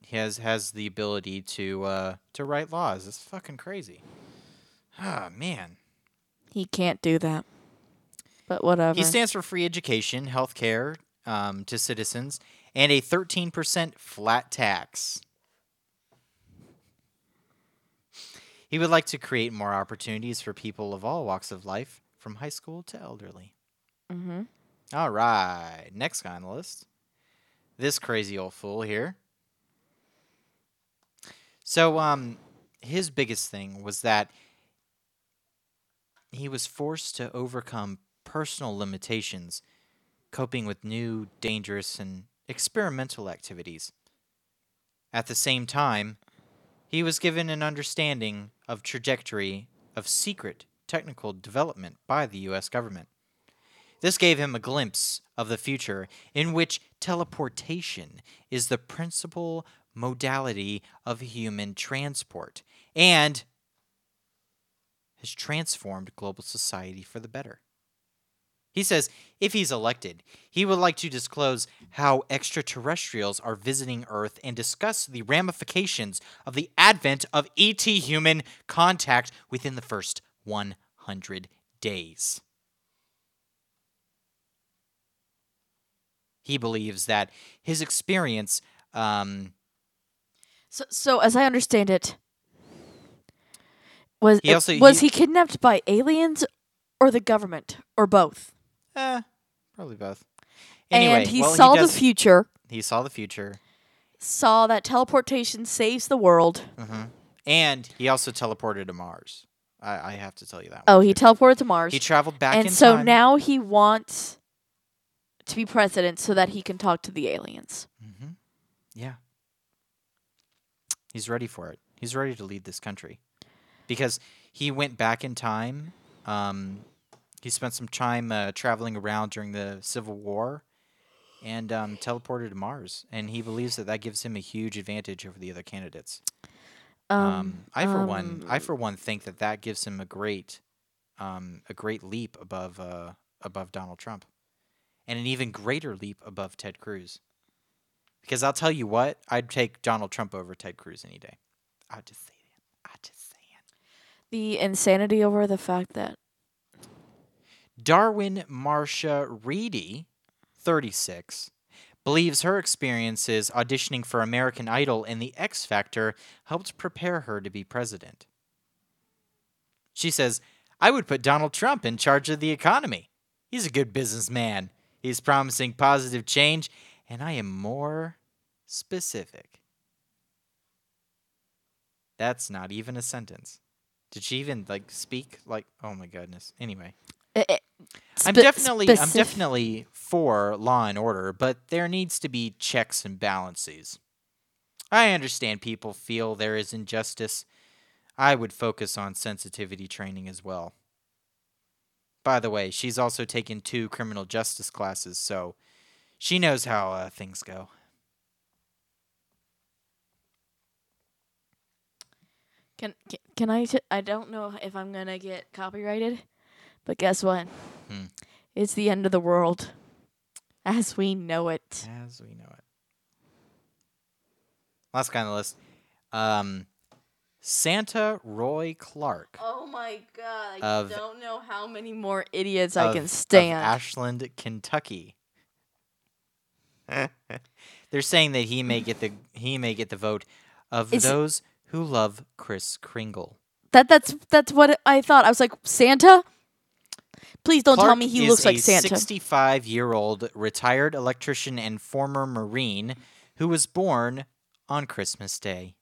[SPEAKER 5] he has has the ability to uh, to write laws. It's fucking crazy. Ah man.
[SPEAKER 6] He can't do that. But whatever.
[SPEAKER 5] He stands for free education, health care um, to citizens, and a 13% flat tax. He would like to create more opportunities for people of all walks of life, from high school to elderly.
[SPEAKER 6] Mhm.
[SPEAKER 5] All right, next guy on the list. This crazy old fool here. So, um, his biggest thing was that he was forced to overcome personal limitations, coping with new, dangerous, and experimental activities. At the same time, he was given an understanding of trajectory of secret technical development by the US government. This gave him a glimpse of the future in which teleportation is the principal modality of human transport and has transformed global society for the better. He says if he's elected, he would like to disclose how extraterrestrials are visiting Earth and discuss the ramifications of the advent of ET human contact within the first 100 days. He believes that his experience, um,
[SPEAKER 6] So, so as I understand it, was
[SPEAKER 5] He
[SPEAKER 6] it-
[SPEAKER 5] also-
[SPEAKER 6] was
[SPEAKER 5] he-
[SPEAKER 6] he, kidnapped by aliens or the government or both?
[SPEAKER 5] eh, probably both. Anyway,
[SPEAKER 6] and he
[SPEAKER 5] well,
[SPEAKER 6] saw
[SPEAKER 5] does-
[SPEAKER 6] the future,
[SPEAKER 5] He saw the future.
[SPEAKER 6] saw that teleportation saves the world.
[SPEAKER 5] mm-hmm, And he also teleported to Mars. I, I have to tell you that. one.
[SPEAKER 6] Oh, he teleported to Mars.
[SPEAKER 5] He traveled back
[SPEAKER 6] and
[SPEAKER 5] in
[SPEAKER 6] so
[SPEAKER 5] time.
[SPEAKER 6] now he wants to be president so that he can talk to the aliens.
[SPEAKER 5] Mm-hmm. Yeah. He's ready for it. He's ready to lead this country. Because he went back in time. Um, he spent some time uh, traveling around during the Civil War and um, teleported to Mars. And he believes that that gives him a huge advantage over the other candidates.
[SPEAKER 6] Um,
[SPEAKER 5] Um, I for one, I for one think that that gives him a great, um, a great leap above uh, above Donald Trump, and an even greater leap above Ted Cruz. Because I'll tell you what, I'd take Donald Trump over Ted Cruz any day. I'll just say that. I'll just say it.
[SPEAKER 6] the insanity over the fact that
[SPEAKER 5] Darwin Marcia Reedy, 36, believes her experiences auditioning for American Idol and The X Factor helped prepare her to be president. She says, I would put Donald Trump in charge of the economy. He's a good businessman. He's promising positive change, and I am more specific. That's not even a sentence. Did she even like speak? Like, oh my goodness. Anyway.
[SPEAKER 6] Eh, eh,
[SPEAKER 5] I'm
[SPEAKER 6] spe-
[SPEAKER 5] definitely I'm
[SPEAKER 6] specif-
[SPEAKER 5] definitely for law and order, but there needs to be checks and balances. I understand people feel there is injustice. I would focus on sensitivity training as well. By the way, she's also taken two criminal justice classes, so she knows how uh, things go.
[SPEAKER 6] Can can, can I? T- I don't know if I'm gonna get copyrighted, but guess what?
[SPEAKER 5] Hmm.
[SPEAKER 6] It's the end of the world, as we know it.
[SPEAKER 5] As we know it. Last guy on the list, um, Santa Roy Clark.
[SPEAKER 6] Oh my god!
[SPEAKER 5] Of-
[SPEAKER 6] don't know how many more idiots
[SPEAKER 5] of-
[SPEAKER 6] I can
[SPEAKER 5] of
[SPEAKER 6] stand.
[SPEAKER 5] Ashland, Kentucky. They're saying that he may get the he may get the vote of
[SPEAKER 6] Is-
[SPEAKER 5] those who love Chris Kringle.
[SPEAKER 6] that that's that's what I thought. I was like Santa. Please don't tell
[SPEAKER 5] Clark
[SPEAKER 6] me he
[SPEAKER 5] is
[SPEAKER 6] looks like
[SPEAKER 5] a
[SPEAKER 6] Santa.
[SPEAKER 5] 65 year old retired electrician and former Marine who was born on Christmas Day.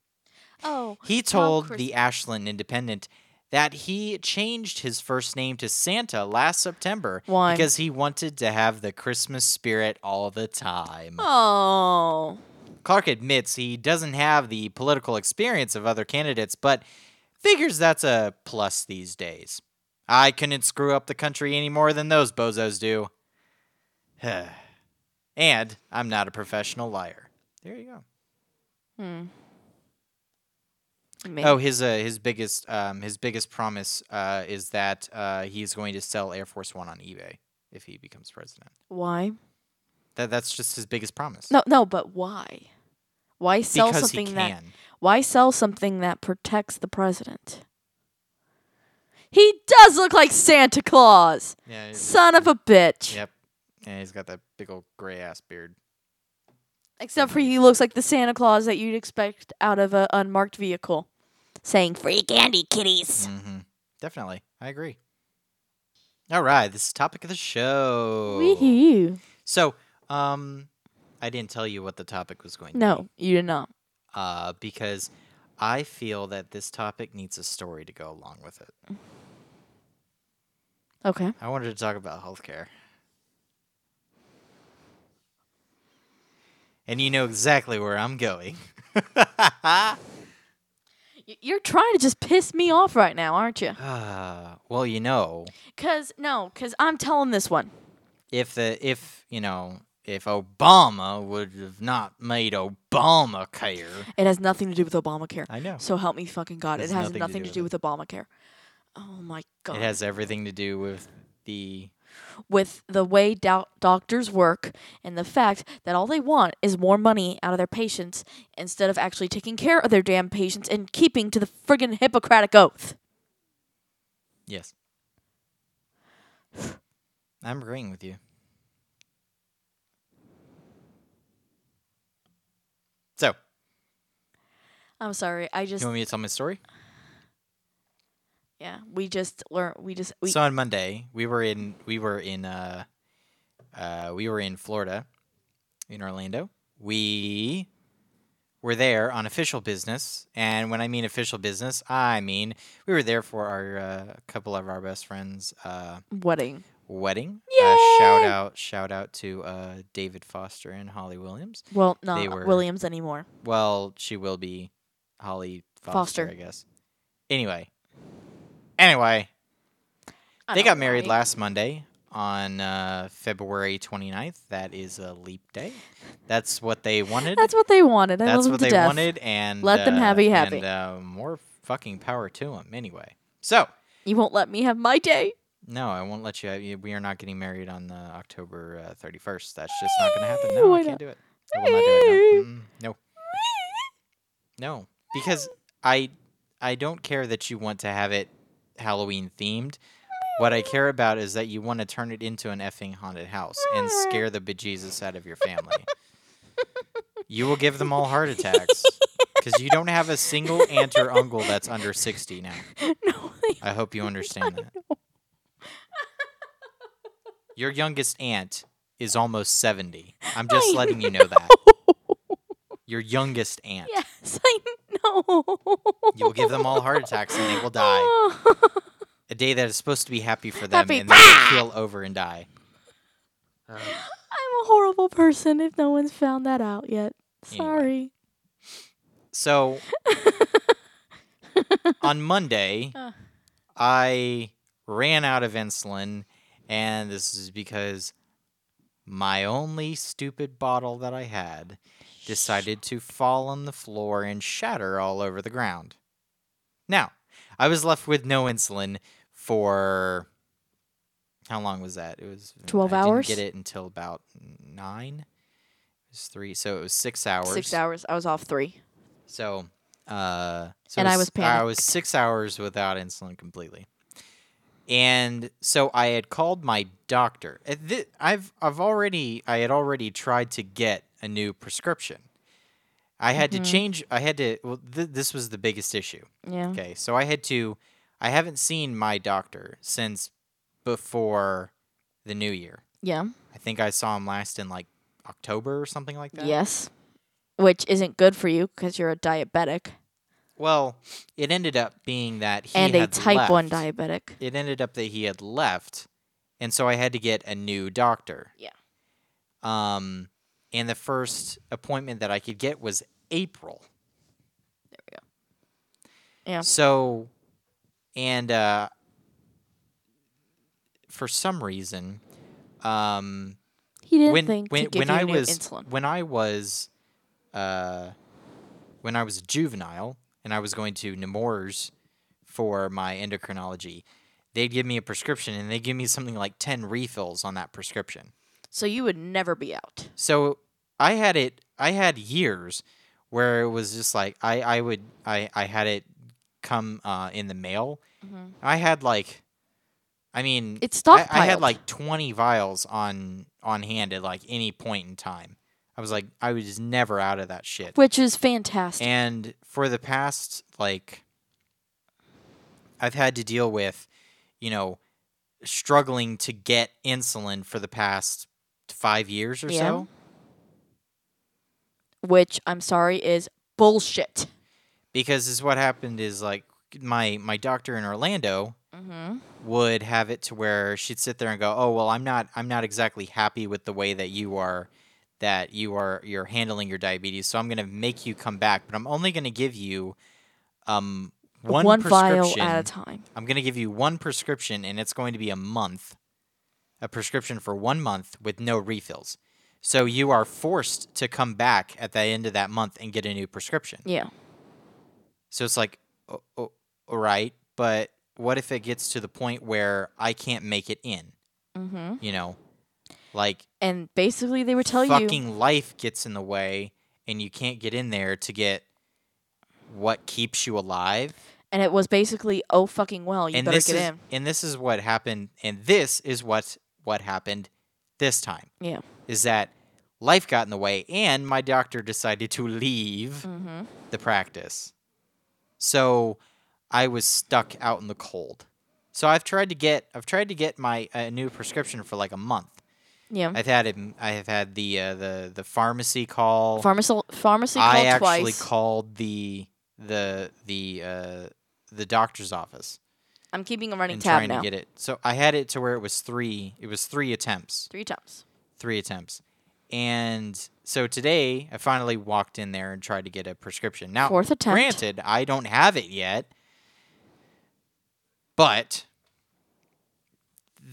[SPEAKER 6] oh,
[SPEAKER 5] He
[SPEAKER 6] Tom
[SPEAKER 5] told
[SPEAKER 6] Cruise.
[SPEAKER 5] the Ashland Independent that he changed his first name to Santa last September
[SPEAKER 6] Why?
[SPEAKER 5] because he wanted to have the Christmas spirit all the time.
[SPEAKER 6] Oh,
[SPEAKER 5] Clark admits he doesn't have the political experience of other candidates, but figures that's a plus these days. I couldn't screw up the country any more than those bozos do. and I'm not a professional liar. There you go.
[SPEAKER 6] man.
[SPEAKER 5] Oh, his uh, his biggest um, his biggest promise uh, is that uh, he's going to sell Air Force One on eBay if he becomes president.
[SPEAKER 6] why?
[SPEAKER 5] That that's just his biggest promise.
[SPEAKER 6] No, no, but why? Why sell
[SPEAKER 5] because
[SPEAKER 6] something
[SPEAKER 5] he
[SPEAKER 6] that?
[SPEAKER 5] can.
[SPEAKER 6] Why sell something that protects the president? He does look like Santa Claus.
[SPEAKER 5] Yeah, he's-
[SPEAKER 6] Son of a bitch.
[SPEAKER 5] Yep. Yeah, he's got that big old gray ass beard.
[SPEAKER 6] Except for he looks like the Santa Claus that you'd expect out of a unmarked vehicle saying free candy kitties.
[SPEAKER 5] Mm-hmm. Definitely. I agree. All right. This is topic of the show.
[SPEAKER 6] Wee-hoo.
[SPEAKER 5] So, um, I didn't tell you what the topic was going to be.
[SPEAKER 6] No, you did not.
[SPEAKER 5] Uh, because I feel that this topic needs a story to go along with it.
[SPEAKER 6] Okay.
[SPEAKER 5] I wanted to talk about healthcare. And you know exactly where I'm going.
[SPEAKER 6] Y- You're trying to just piss me off right now, aren't you?
[SPEAKER 5] Uh, Ah, well, you know.
[SPEAKER 6] Cause no, cause I'm telling this one.
[SPEAKER 5] if the if you know if Obama would have not made Obamacare.
[SPEAKER 6] It has nothing to do with Obamacare.
[SPEAKER 5] I know.
[SPEAKER 6] So help me fucking God.
[SPEAKER 5] Has
[SPEAKER 6] It has
[SPEAKER 5] nothing to
[SPEAKER 6] nothing
[SPEAKER 5] do
[SPEAKER 6] to do with Obamacare. Oh my God.
[SPEAKER 5] It has everything to do with the
[SPEAKER 6] with the way do- doctors work and the fact that all they want is more money out of their patients instead of actually taking care of their damn patients and keeping to the friggin' Hippocratic Oath.
[SPEAKER 5] yes. I'm agreeing with you. So,
[SPEAKER 6] I'm sorry. I just
[SPEAKER 5] you want me to tell my story?
[SPEAKER 6] yeah. We just learn. We just we
[SPEAKER 5] so on Monday, we were in we were in uh, uh, we were in Florida, in Orlando. We were there on official business, and when I mean official business, I mean we were there for our uh, couple of our best friends' uh,
[SPEAKER 6] wedding.
[SPEAKER 5] wedding. Uh, shout out! Shout out to uh, David Foster and Holly Williams.
[SPEAKER 6] Well,
[SPEAKER 5] They
[SPEAKER 6] not
[SPEAKER 5] were-
[SPEAKER 6] Williams anymore.
[SPEAKER 5] Well, she will be Holly Foster,
[SPEAKER 6] Foster.
[SPEAKER 5] I guess. Anyway, anyway.
[SPEAKER 6] I
[SPEAKER 5] They
[SPEAKER 6] don't
[SPEAKER 5] got married
[SPEAKER 6] know.
[SPEAKER 5] last Monday on uh, February 29th. That is a leap day. That's what they wanted.
[SPEAKER 6] That's what they wanted. I
[SPEAKER 5] That's
[SPEAKER 6] love them
[SPEAKER 5] what
[SPEAKER 6] to
[SPEAKER 5] they
[SPEAKER 6] death.
[SPEAKER 5] wanted. And
[SPEAKER 6] Let them have be
[SPEAKER 5] uh,
[SPEAKER 6] happy.
[SPEAKER 5] And uh, more fucking power to them. Anyway, so
[SPEAKER 6] You won't let me have my day.
[SPEAKER 5] no, I won't let you. you- We are not getting married on uh, October uh, 31st. That's just not going to happen. No,
[SPEAKER 6] Why
[SPEAKER 5] I can't
[SPEAKER 6] not?
[SPEAKER 5] do it. I will not do it. No. Mm, no. No, because I I don't care that you want to have it Halloween themed. What I care about is that you want to turn it into an effing haunted house and scare the bejesus out of your family. You will give them all heart attacks because you don't have a single aunt or uncle that's under 60 now.
[SPEAKER 6] no,
[SPEAKER 5] I hope you understand that. Your youngest aunt is almost 70. I'm just letting you know that. Your youngest aunt.
[SPEAKER 6] yes, I know.
[SPEAKER 5] You will give them all heart attacks and they will die. A day that is supposed to be happy for them
[SPEAKER 6] Happy.
[SPEAKER 5] and they will keel over and die.
[SPEAKER 6] I'm a horrible person if no one's found that out yet.
[SPEAKER 5] Anyway.
[SPEAKER 6] Sorry.
[SPEAKER 5] So on Monday,
[SPEAKER 6] Uh.
[SPEAKER 5] I ran out of insulin, and this is because my only stupid bottle that I had decided to fall on the floor and shatter all over the ground. Now, I was left with no insulin for how long was that? It was
[SPEAKER 6] 12
[SPEAKER 5] I
[SPEAKER 6] hours?
[SPEAKER 5] Didn't get it until about nine. It was three, so it was six hours.
[SPEAKER 6] Six hours. I was off three.
[SPEAKER 5] So, uh, so
[SPEAKER 6] And I
[SPEAKER 5] s-
[SPEAKER 6] was
[SPEAKER 5] I was six hours without insulin completely, and so I had called my doctor. Uh, thi- I've I've already I had already tried to get a new prescription. I had
[SPEAKER 6] Mm-hmm.
[SPEAKER 5] to change. I had to. Well, th- this was the biggest issue.
[SPEAKER 6] Yeah.
[SPEAKER 5] Okay, so I had to. I haven't seen my doctor since before the new year.
[SPEAKER 6] Yeah.
[SPEAKER 5] I think I saw him last in like October or something like that.
[SPEAKER 6] Yes. Which isn't good for you because you're a diabetic
[SPEAKER 5] Well, it ended up being that he
[SPEAKER 6] and a
[SPEAKER 5] had
[SPEAKER 6] type 1
[SPEAKER 5] left.
[SPEAKER 6] diabetic.
[SPEAKER 5] It ended up that he had left, and so I had to get a new doctor.
[SPEAKER 6] Yeah.
[SPEAKER 5] Um, and the first appointment that I could get was April. There
[SPEAKER 6] we go. Yeah.
[SPEAKER 5] So, and uh, for some reason, um,
[SPEAKER 6] He didn't
[SPEAKER 5] when
[SPEAKER 6] think
[SPEAKER 5] when
[SPEAKER 6] to give
[SPEAKER 5] when
[SPEAKER 6] you
[SPEAKER 5] I
[SPEAKER 6] new
[SPEAKER 5] was
[SPEAKER 6] insulin.
[SPEAKER 5] when I was uh when I was juvenile and I was going to Nemours for my endocrinology, they'd give me a prescription and they'd give me something like ten refills on that prescription.
[SPEAKER 6] So you would never be out.
[SPEAKER 5] So I had it I had years where it was just like I, I would I, I had it come uh, in the mail.
[SPEAKER 6] Mm-hmm.
[SPEAKER 5] I had like I mean
[SPEAKER 6] It's
[SPEAKER 5] I, I had
[SPEAKER 6] stockpiled.
[SPEAKER 5] like twenty vials on on hand at like any point in time. I was like I was just never out of that shit.
[SPEAKER 6] Which is fantastic.
[SPEAKER 5] And for the past like I've had to deal with, you know, struggling to get insulin for the past five years or
[SPEAKER 6] Yeah.
[SPEAKER 5] so.
[SPEAKER 6] which I'm sorry is bullshit.
[SPEAKER 5] because is what happened is like my my doctor in Orlando
[SPEAKER 6] Mm-hmm.
[SPEAKER 5] would have it to where she'd sit there and go, "Oh well, I'm not I'm not exactly happy with the way that you are that you are you're handling your diabetes, so I'm going to make you come back, but I'm only going to give you um one,
[SPEAKER 6] One vial
[SPEAKER 5] prescription.
[SPEAKER 6] at a time.
[SPEAKER 5] I'm going to give you one prescription and it's going to be a month a prescription for one month with no refills. So you are forced to come back at the end of that month and get a new prescription.
[SPEAKER 6] Yeah.
[SPEAKER 5] So it's like, o- o- all right, but what if it gets to the point where I can't make it in?
[SPEAKER 6] Mm-hmm.
[SPEAKER 5] You know, like
[SPEAKER 6] And basically, they would tell you.
[SPEAKER 5] fucking life gets in the way and you can't get in there to get what keeps you alive.
[SPEAKER 6] And it was basically, oh fucking well, you
[SPEAKER 5] and
[SPEAKER 6] better
[SPEAKER 5] this
[SPEAKER 6] get
[SPEAKER 5] is,
[SPEAKER 6] in.
[SPEAKER 5] and this is what happened and this is what what happened this time.
[SPEAKER 6] Yeah.
[SPEAKER 5] Is that life got in the way and my doctor decided to leave
[SPEAKER 6] Mm-hmm.
[SPEAKER 5] the practice. So I was stuck out in the cold. So I've tried to get I've tried to get my uh, new prescription for like a month.
[SPEAKER 6] Mm-hmm. Yeah.
[SPEAKER 5] I've had him I have had the uh, the the pharmacy call.
[SPEAKER 6] Pharmacy, pharmacy
[SPEAKER 5] I
[SPEAKER 6] called
[SPEAKER 5] actually
[SPEAKER 6] twice.
[SPEAKER 5] called the the the uh, the doctor's office
[SPEAKER 6] I'm keeping a running
[SPEAKER 5] and
[SPEAKER 6] tab
[SPEAKER 5] trying
[SPEAKER 6] now.
[SPEAKER 5] to get it. So I had it to where it was three. It was three attempts.
[SPEAKER 6] Three times.
[SPEAKER 5] Three attempts. And so today I finally walked in there and tried to get a prescription. Now,
[SPEAKER 6] Fourth attempt.
[SPEAKER 5] granted, I don't have it yet, but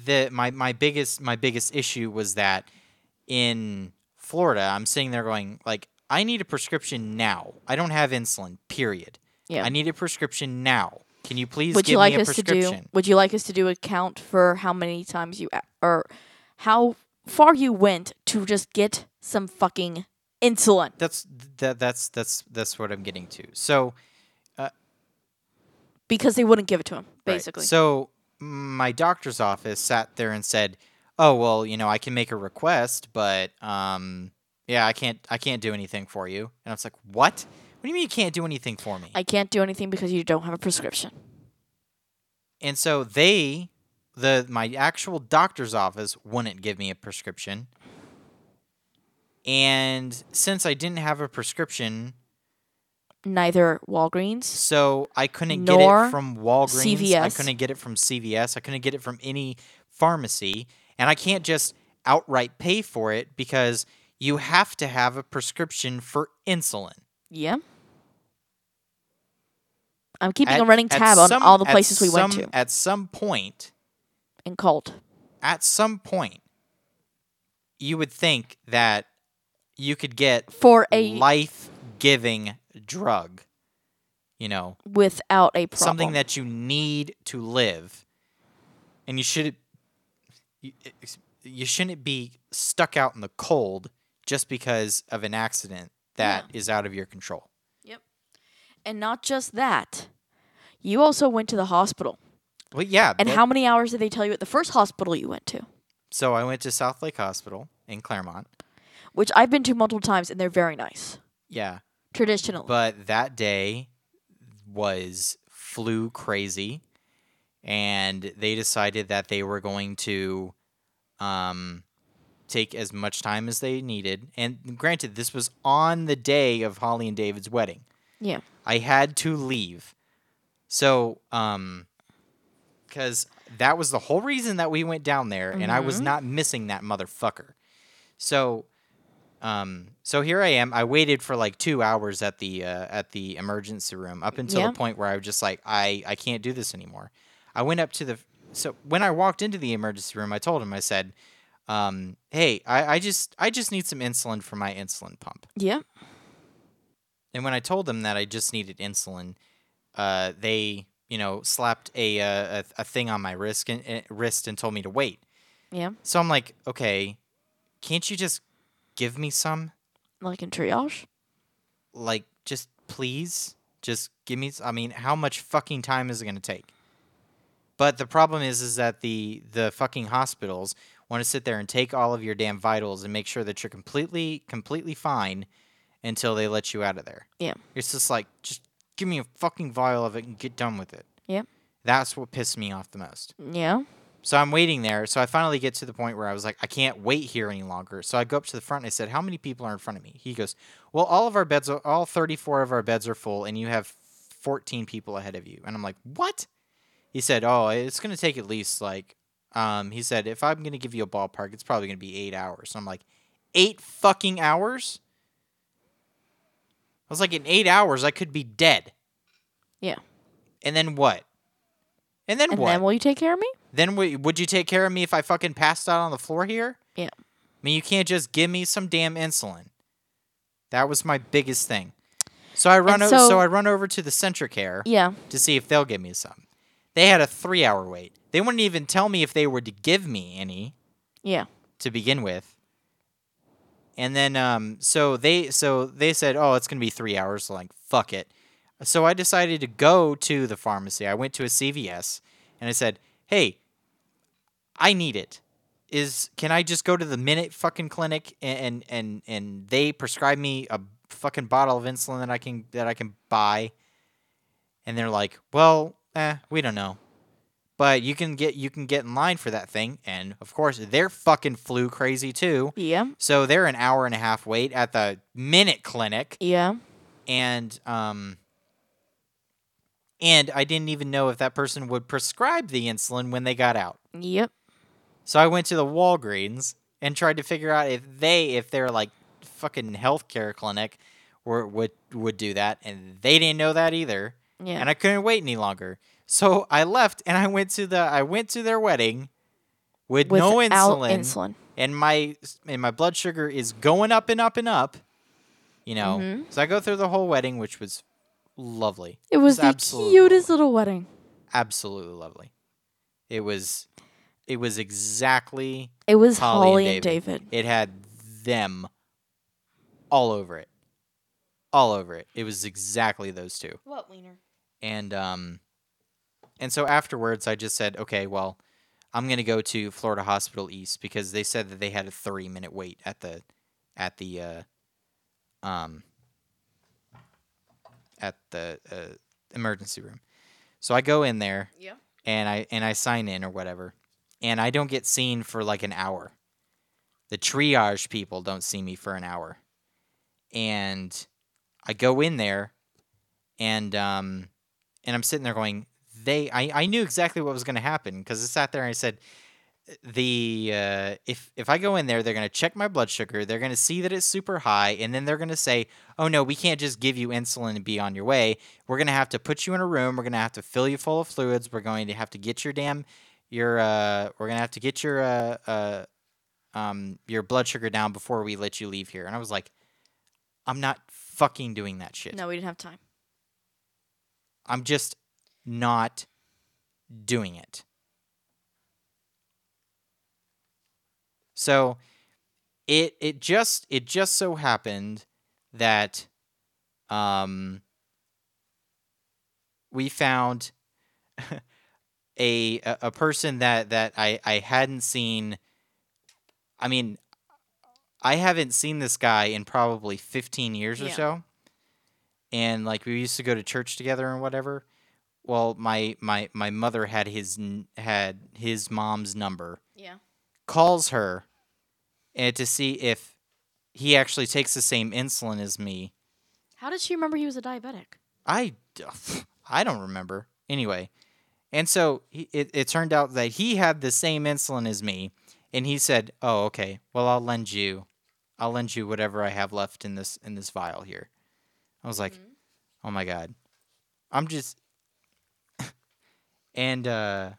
[SPEAKER 5] the my my biggest my biggest issue was that in Florida, I'm sitting there going like I need a prescription now. I don't have insulin. Period.
[SPEAKER 6] Yeah.
[SPEAKER 5] I need a prescription now. Can you please
[SPEAKER 6] would
[SPEAKER 5] give
[SPEAKER 6] you like
[SPEAKER 5] me a
[SPEAKER 6] us to do?
[SPEAKER 5] prescription?
[SPEAKER 6] Would you like us to do a count for how many times you a- or how far you went to just get some fucking insulin?
[SPEAKER 5] That's that that's that's that's what I'm getting to. So
[SPEAKER 6] Because they wouldn't give it to him,
[SPEAKER 5] Right.
[SPEAKER 6] basically.
[SPEAKER 5] So my doctor's office sat there and said, "Oh well, you know, I can make a request, but um, yeah, I can't, I can't do anything for you." And I was like, "What? What do you mean you can't do anything for me?"
[SPEAKER 6] I can't do anything because you don't have a prescription.
[SPEAKER 5] and so they, the my actual doctor's office wouldn't give me a prescription. And since I didn't have a prescription,
[SPEAKER 6] Neither Walgreens.
[SPEAKER 5] So I couldn't get
[SPEAKER 6] Nor
[SPEAKER 5] it from Walgreens. I
[SPEAKER 6] CVS.
[SPEAKER 5] couldn't get it from CVS. I couldn't get it from any pharmacy. And I can't just outright pay for it because you have to have a prescription for insulin.
[SPEAKER 6] Yeah. I'm keeping
[SPEAKER 5] At-
[SPEAKER 6] a running
[SPEAKER 5] at
[SPEAKER 6] tab on
[SPEAKER 5] some-
[SPEAKER 6] all the
[SPEAKER 5] at
[SPEAKER 6] places we went
[SPEAKER 5] some-
[SPEAKER 6] to
[SPEAKER 5] At some point,
[SPEAKER 6] and called.
[SPEAKER 5] at some point, you would think that you could get
[SPEAKER 6] For
[SPEAKER 5] a
[SPEAKER 6] a
[SPEAKER 5] life giving drug. You know,
[SPEAKER 6] without a problem.
[SPEAKER 5] something that you need to live, and you should you, ex- you shouldn't be stuck out in the cold just because of an accident that is out of your control.
[SPEAKER 6] and not just that. You also went to the hospital.
[SPEAKER 5] Well, yeah,
[SPEAKER 6] And
[SPEAKER 5] but-
[SPEAKER 6] how many hours did they tell you at the first hospital you went to?
[SPEAKER 5] So I went to South Lake Hospital in Claremont.
[SPEAKER 6] Which I've been to multiple times and they're very nice.
[SPEAKER 5] Yeah,
[SPEAKER 6] Traditionally.
[SPEAKER 5] but that day was flu crazy, and they decided that they were going to um, take as much time as they needed. And granted, this was on the day of Holly and David's wedding.
[SPEAKER 6] yeah.
[SPEAKER 5] I had to leave. So, um, because that was the whole reason that we went down there, and I was not missing that motherfucker. So, um, so here I am. I waited for like two hours at the uh, at the emergency room up until
[SPEAKER 6] Yeah.
[SPEAKER 5] the point where I was just like, I I can't do this anymore. I went up to the so when I walked into the emergency room, I told him I said, um, "Hey, I, I just I just need some insulin for my insulin pump."
[SPEAKER 6] Yeah.
[SPEAKER 5] And when I told them that I just needed insulin, uh, they, you know, slapped a uh, a, a thing on my wrist and, uh, wrist and told me to wait.
[SPEAKER 6] Yeah.
[SPEAKER 5] So I'm like, okay, can't you just give me some?
[SPEAKER 6] Like in triage.
[SPEAKER 5] Like, just please, just give me. s- I mean, how much fucking time is it gonna take? But the problem is, is that the the fucking hospitals want to sit there and take all of your damn vitals and make sure that you're completely completely fine until they let you out of there.
[SPEAKER 6] Yeah.
[SPEAKER 5] It's just like, just give me a fucking vial of it and get done with it.
[SPEAKER 6] Yeah.
[SPEAKER 5] That's what pissed me off the most.
[SPEAKER 6] Yeah.
[SPEAKER 5] So I'm waiting there. So I finally get to the point where I was like, I can't wait here any longer. So I go up to the front and I said, How many people are in front of me? He goes, Well, all of our beds, are, all 34 of our beds are full, and you have 14 people ahead of you. And I'm like, What? He said, Oh, it's going to take at least like, um, he said, If I'm going to give you a ballpark, it's probably going to be eight hours. So I'm like, Eight fucking hours? I was like, In eight hours, I could be dead.
[SPEAKER 6] Yeah.
[SPEAKER 5] And then what? And then
[SPEAKER 6] And
[SPEAKER 5] what?
[SPEAKER 6] then will you take care of me?
[SPEAKER 5] Then w- would you take care of me if I fucking passed out on the floor here?
[SPEAKER 6] Yeah.
[SPEAKER 5] I mean, you can't just give me some damn insulin. That was my biggest thing. So I run
[SPEAKER 6] And
[SPEAKER 5] o-
[SPEAKER 6] so-
[SPEAKER 5] so I run over to the Centricare
[SPEAKER 6] Yeah.
[SPEAKER 5] to see if they'll give me some. They had a 3-hour wait. They wouldn't even tell me if they were to give me any
[SPEAKER 6] Yeah.
[SPEAKER 5] to begin with. And then um so they so they said, "Oh, it's going to be 3 hours." So like, fuck it. So I decided to go to the pharmacy. I went to a CVS and I said, "Hey, I need it. Is can I just go to the minute fucking clinic and and and, and they prescribe me a fucking bottle of insulin that I can that I can buy?" And they're like, "Well, eh, we don't know." But you can get you can get in line for that thing, and of course they're fucking flu crazy too.
[SPEAKER 6] Yeah.
[SPEAKER 5] So they're an hour and a half wait at the minute clinic,
[SPEAKER 6] Yeah.
[SPEAKER 5] and um, and I didn't even know if that person would prescribe the insulin when they got out.
[SPEAKER 6] Yep.
[SPEAKER 5] So I went to the Walgreens and tried to figure out if they, if their like fucking healthcare clinic, were would would do that, and they didn't know that either.
[SPEAKER 6] Yeah.
[SPEAKER 5] And I couldn't wait any longer, so I left and I went to the I went to their wedding with
[SPEAKER 6] Without
[SPEAKER 5] no insulin,
[SPEAKER 6] insulin.
[SPEAKER 5] and my and my blood sugar is going up and up and up. You know,
[SPEAKER 6] Mm-hmm.
[SPEAKER 5] so I go through the whole wedding, which was lovely.
[SPEAKER 6] It was the
[SPEAKER 5] absolutely
[SPEAKER 6] cutest little wedding.
[SPEAKER 5] absolutely lovely. It was, it was exactly
[SPEAKER 6] It was
[SPEAKER 5] Holly, and
[SPEAKER 6] David.
[SPEAKER 5] David. It had them all over it. All over it. It was exactly those two.
[SPEAKER 6] What wiener?
[SPEAKER 5] And um and so afterwards I just said, "Okay, well, I'm going to go to Florida Hospital East because they said that they had a 3-minute wait at the at the uh um at the uh, emergency room." So I go in there
[SPEAKER 6] Yeah.
[SPEAKER 5] and I and I sign in or whatever, and I don't get seen for like an hour. The triage people don't see me for an hour, and I go in there, and um, and I'm sitting there going, they I I knew exactly what was going to happen because I sat there and I said. The uh, if if I go in there, they're gonna check my blood sugar. They're gonna see that it's super high, and then they're gonna say, "Oh no, we can't just give you insulin and be on your way we're gonna have to put you in a room. We're gonna have to fill you full of fluids. We're going to have to get your damn your uh we're gonna have to get your uh uh um your blood sugar down before we let you leave here. And I was like, I'm not fucking doing that shit.
[SPEAKER 6] No, we didn't have time.
[SPEAKER 5] I'm just not doing it. So it it just it just so happened that um we found a a a person that that I I hadn't seen I mean I haven't seen this guy in probably 15 years or
[SPEAKER 6] Yeah.
[SPEAKER 5] so and like we used to go to church together and whatever. Well, my my my mother had his n- had his mom's number.
[SPEAKER 6] Yeah.
[SPEAKER 5] Calls her, and to see if he actually takes the same insulin as me.
[SPEAKER 6] How did she remember he was a diabetic?
[SPEAKER 5] I I don't remember anyway. And so he, it it turned out that he had the same insulin as me, and he said, "Oh, okay. Well, I'll lend you, I'll lend you whatever I have left in this in this vial here." I was like, "Oh my god, I'm just." and uh,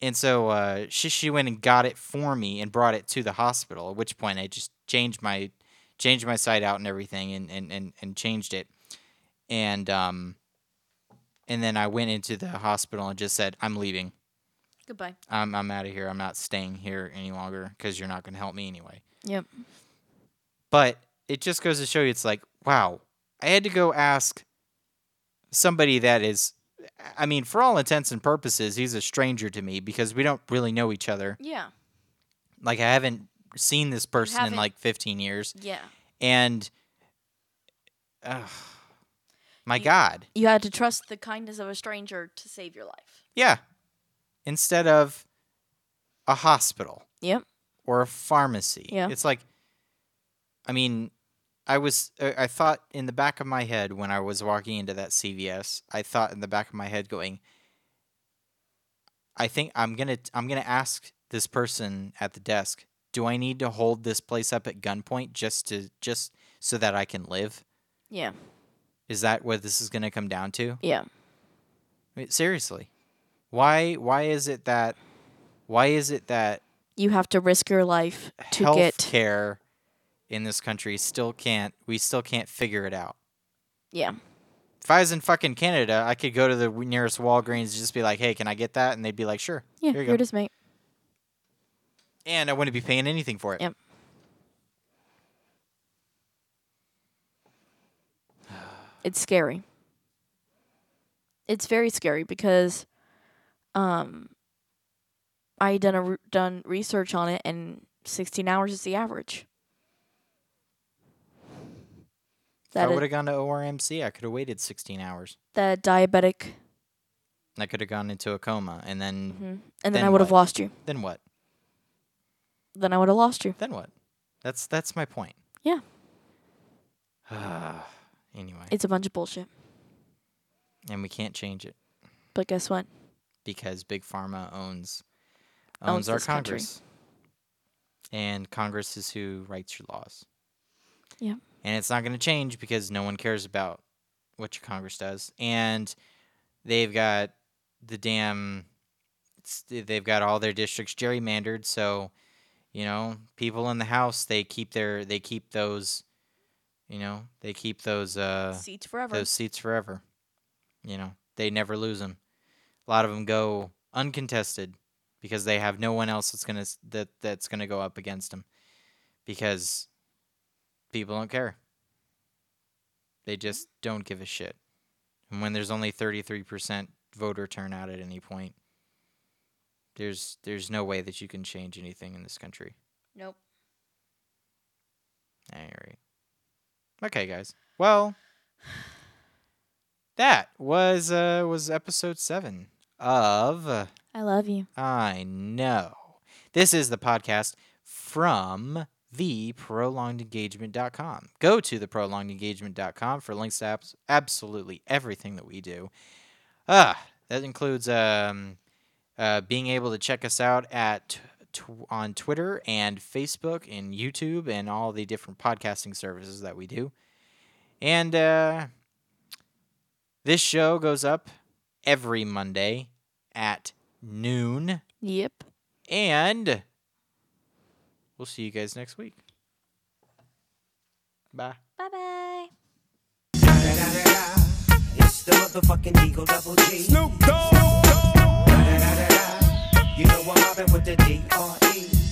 [SPEAKER 5] and so uh, she she went and got it for me and brought it to the hospital. At which point I just changed my changed my site out and everything, and and and, and changed it, and um, and then I went into the hospital and just said, "I'm leaving."
[SPEAKER 6] Goodbye.
[SPEAKER 5] I'm I'm out of here. I'm not staying here any longer because you're not going to help me anyway.
[SPEAKER 6] Yep.
[SPEAKER 5] But it just goes to show you, it's like, wow, I had to go ask somebody that is, I mean, for all intents and purposes, he's a stranger to me because we don't really know each other.
[SPEAKER 6] Yeah.
[SPEAKER 5] Like I haven't seen this person in
[SPEAKER 6] haven't-
[SPEAKER 5] like 15 years,
[SPEAKER 6] Yeah.
[SPEAKER 5] and ugh, my
[SPEAKER 6] You-
[SPEAKER 5] God,
[SPEAKER 6] You had to trust the kindness of a stranger to save your life.
[SPEAKER 5] yeah. Instead of a hospital.
[SPEAKER 6] Yep.
[SPEAKER 5] or a pharmacy.
[SPEAKER 6] Yeah.
[SPEAKER 5] It's like, I mean, I was, I I thought in the back of my head when I was walking into that CVS, I thought in the back of my head going, I think I'm going to, I'm going to ask this person at the desk, do I need to hold this place up at gunpoint just to, just so that I can live?
[SPEAKER 6] Yeah.
[SPEAKER 5] Is that what this is going to come down to?
[SPEAKER 6] Yeah.
[SPEAKER 5] I mean, seriously. Why why is it that why is it that
[SPEAKER 6] You have to risk your life to
[SPEAKER 5] health
[SPEAKER 6] get
[SPEAKER 5] care in this country still can't we still can't figure it out?
[SPEAKER 6] yeah.
[SPEAKER 5] If I was in fucking Canada, I could go to the w- nearest Walgreens and just be like, "Hey, can I get that?" and they'd be like, "Sure."
[SPEAKER 6] Yeah,
[SPEAKER 5] here
[SPEAKER 6] here,
[SPEAKER 5] you go.
[SPEAKER 6] it is, mate.
[SPEAKER 5] And I wouldn't be paying anything for it.
[SPEAKER 6] Yep. It's scary. It's very scary because, um, I done a re- done research on it, and sixteen hours is the average.
[SPEAKER 5] If I
[SPEAKER 6] That a-
[SPEAKER 5] would have gone to ORMC, I could have waited 16 hours.
[SPEAKER 6] that diabetic,
[SPEAKER 5] I could have gone into a coma and then
[SPEAKER 6] Mm-hmm. and then
[SPEAKER 5] Then
[SPEAKER 6] I would have
[SPEAKER 5] what?
[SPEAKER 6] lost you.
[SPEAKER 5] then what?
[SPEAKER 6] Then I would have lost you.
[SPEAKER 5] Then what? That's that's my point.
[SPEAKER 6] Yeah,
[SPEAKER 5] Anyway,
[SPEAKER 6] it's a bunch of bullshit.
[SPEAKER 5] and we can't change it
[SPEAKER 6] But guess what?
[SPEAKER 5] because big pharma owns owns,
[SPEAKER 6] Owns
[SPEAKER 5] our
[SPEAKER 6] this country.
[SPEAKER 5] Congress, and Congress is who writes your laws.
[SPEAKER 6] Yeah.
[SPEAKER 5] and it's not going to change because no one cares about what your Congress does, and they've got the damn it's- they've got all their districts gerrymandered, so you know people in the House they keep their they keep those you know they keep those uh
[SPEAKER 6] Seats forever.
[SPEAKER 5] those seats forever. You know, they never lose them. A lot of them go uncontested because they have no one else that's gonna s- that that's gonna go up against them because people don't care. They
[SPEAKER 6] Mm-hmm.
[SPEAKER 5] just don't give a shit. And when there's only 33% voter turnout at any point, there's there's no way that you can change anything in this country.
[SPEAKER 6] Nope.
[SPEAKER 5] All right. Okay, guys. Well, that was uh was episode seven of uh,
[SPEAKER 6] I love you.
[SPEAKER 5] I know. This is the podcast from the prolongedengagement.com. Go to the prolongedengagement.com for links to abs- absolutely everything that we do. Ah, that includes um, uh, being able to check us out at tw- on Twitter and Facebook and YouTube and all the different podcasting services that we do. And uh, this show goes up every Monday at noon.
[SPEAKER 6] Yep.
[SPEAKER 5] And we'll see you guys next week. Bye.
[SPEAKER 6] Bye bye.
[SPEAKER 3] It's the motherfucking Eagle Double G.
[SPEAKER 4] Snoop Dogg.
[SPEAKER 3] You know I'm mobbing with the D R E.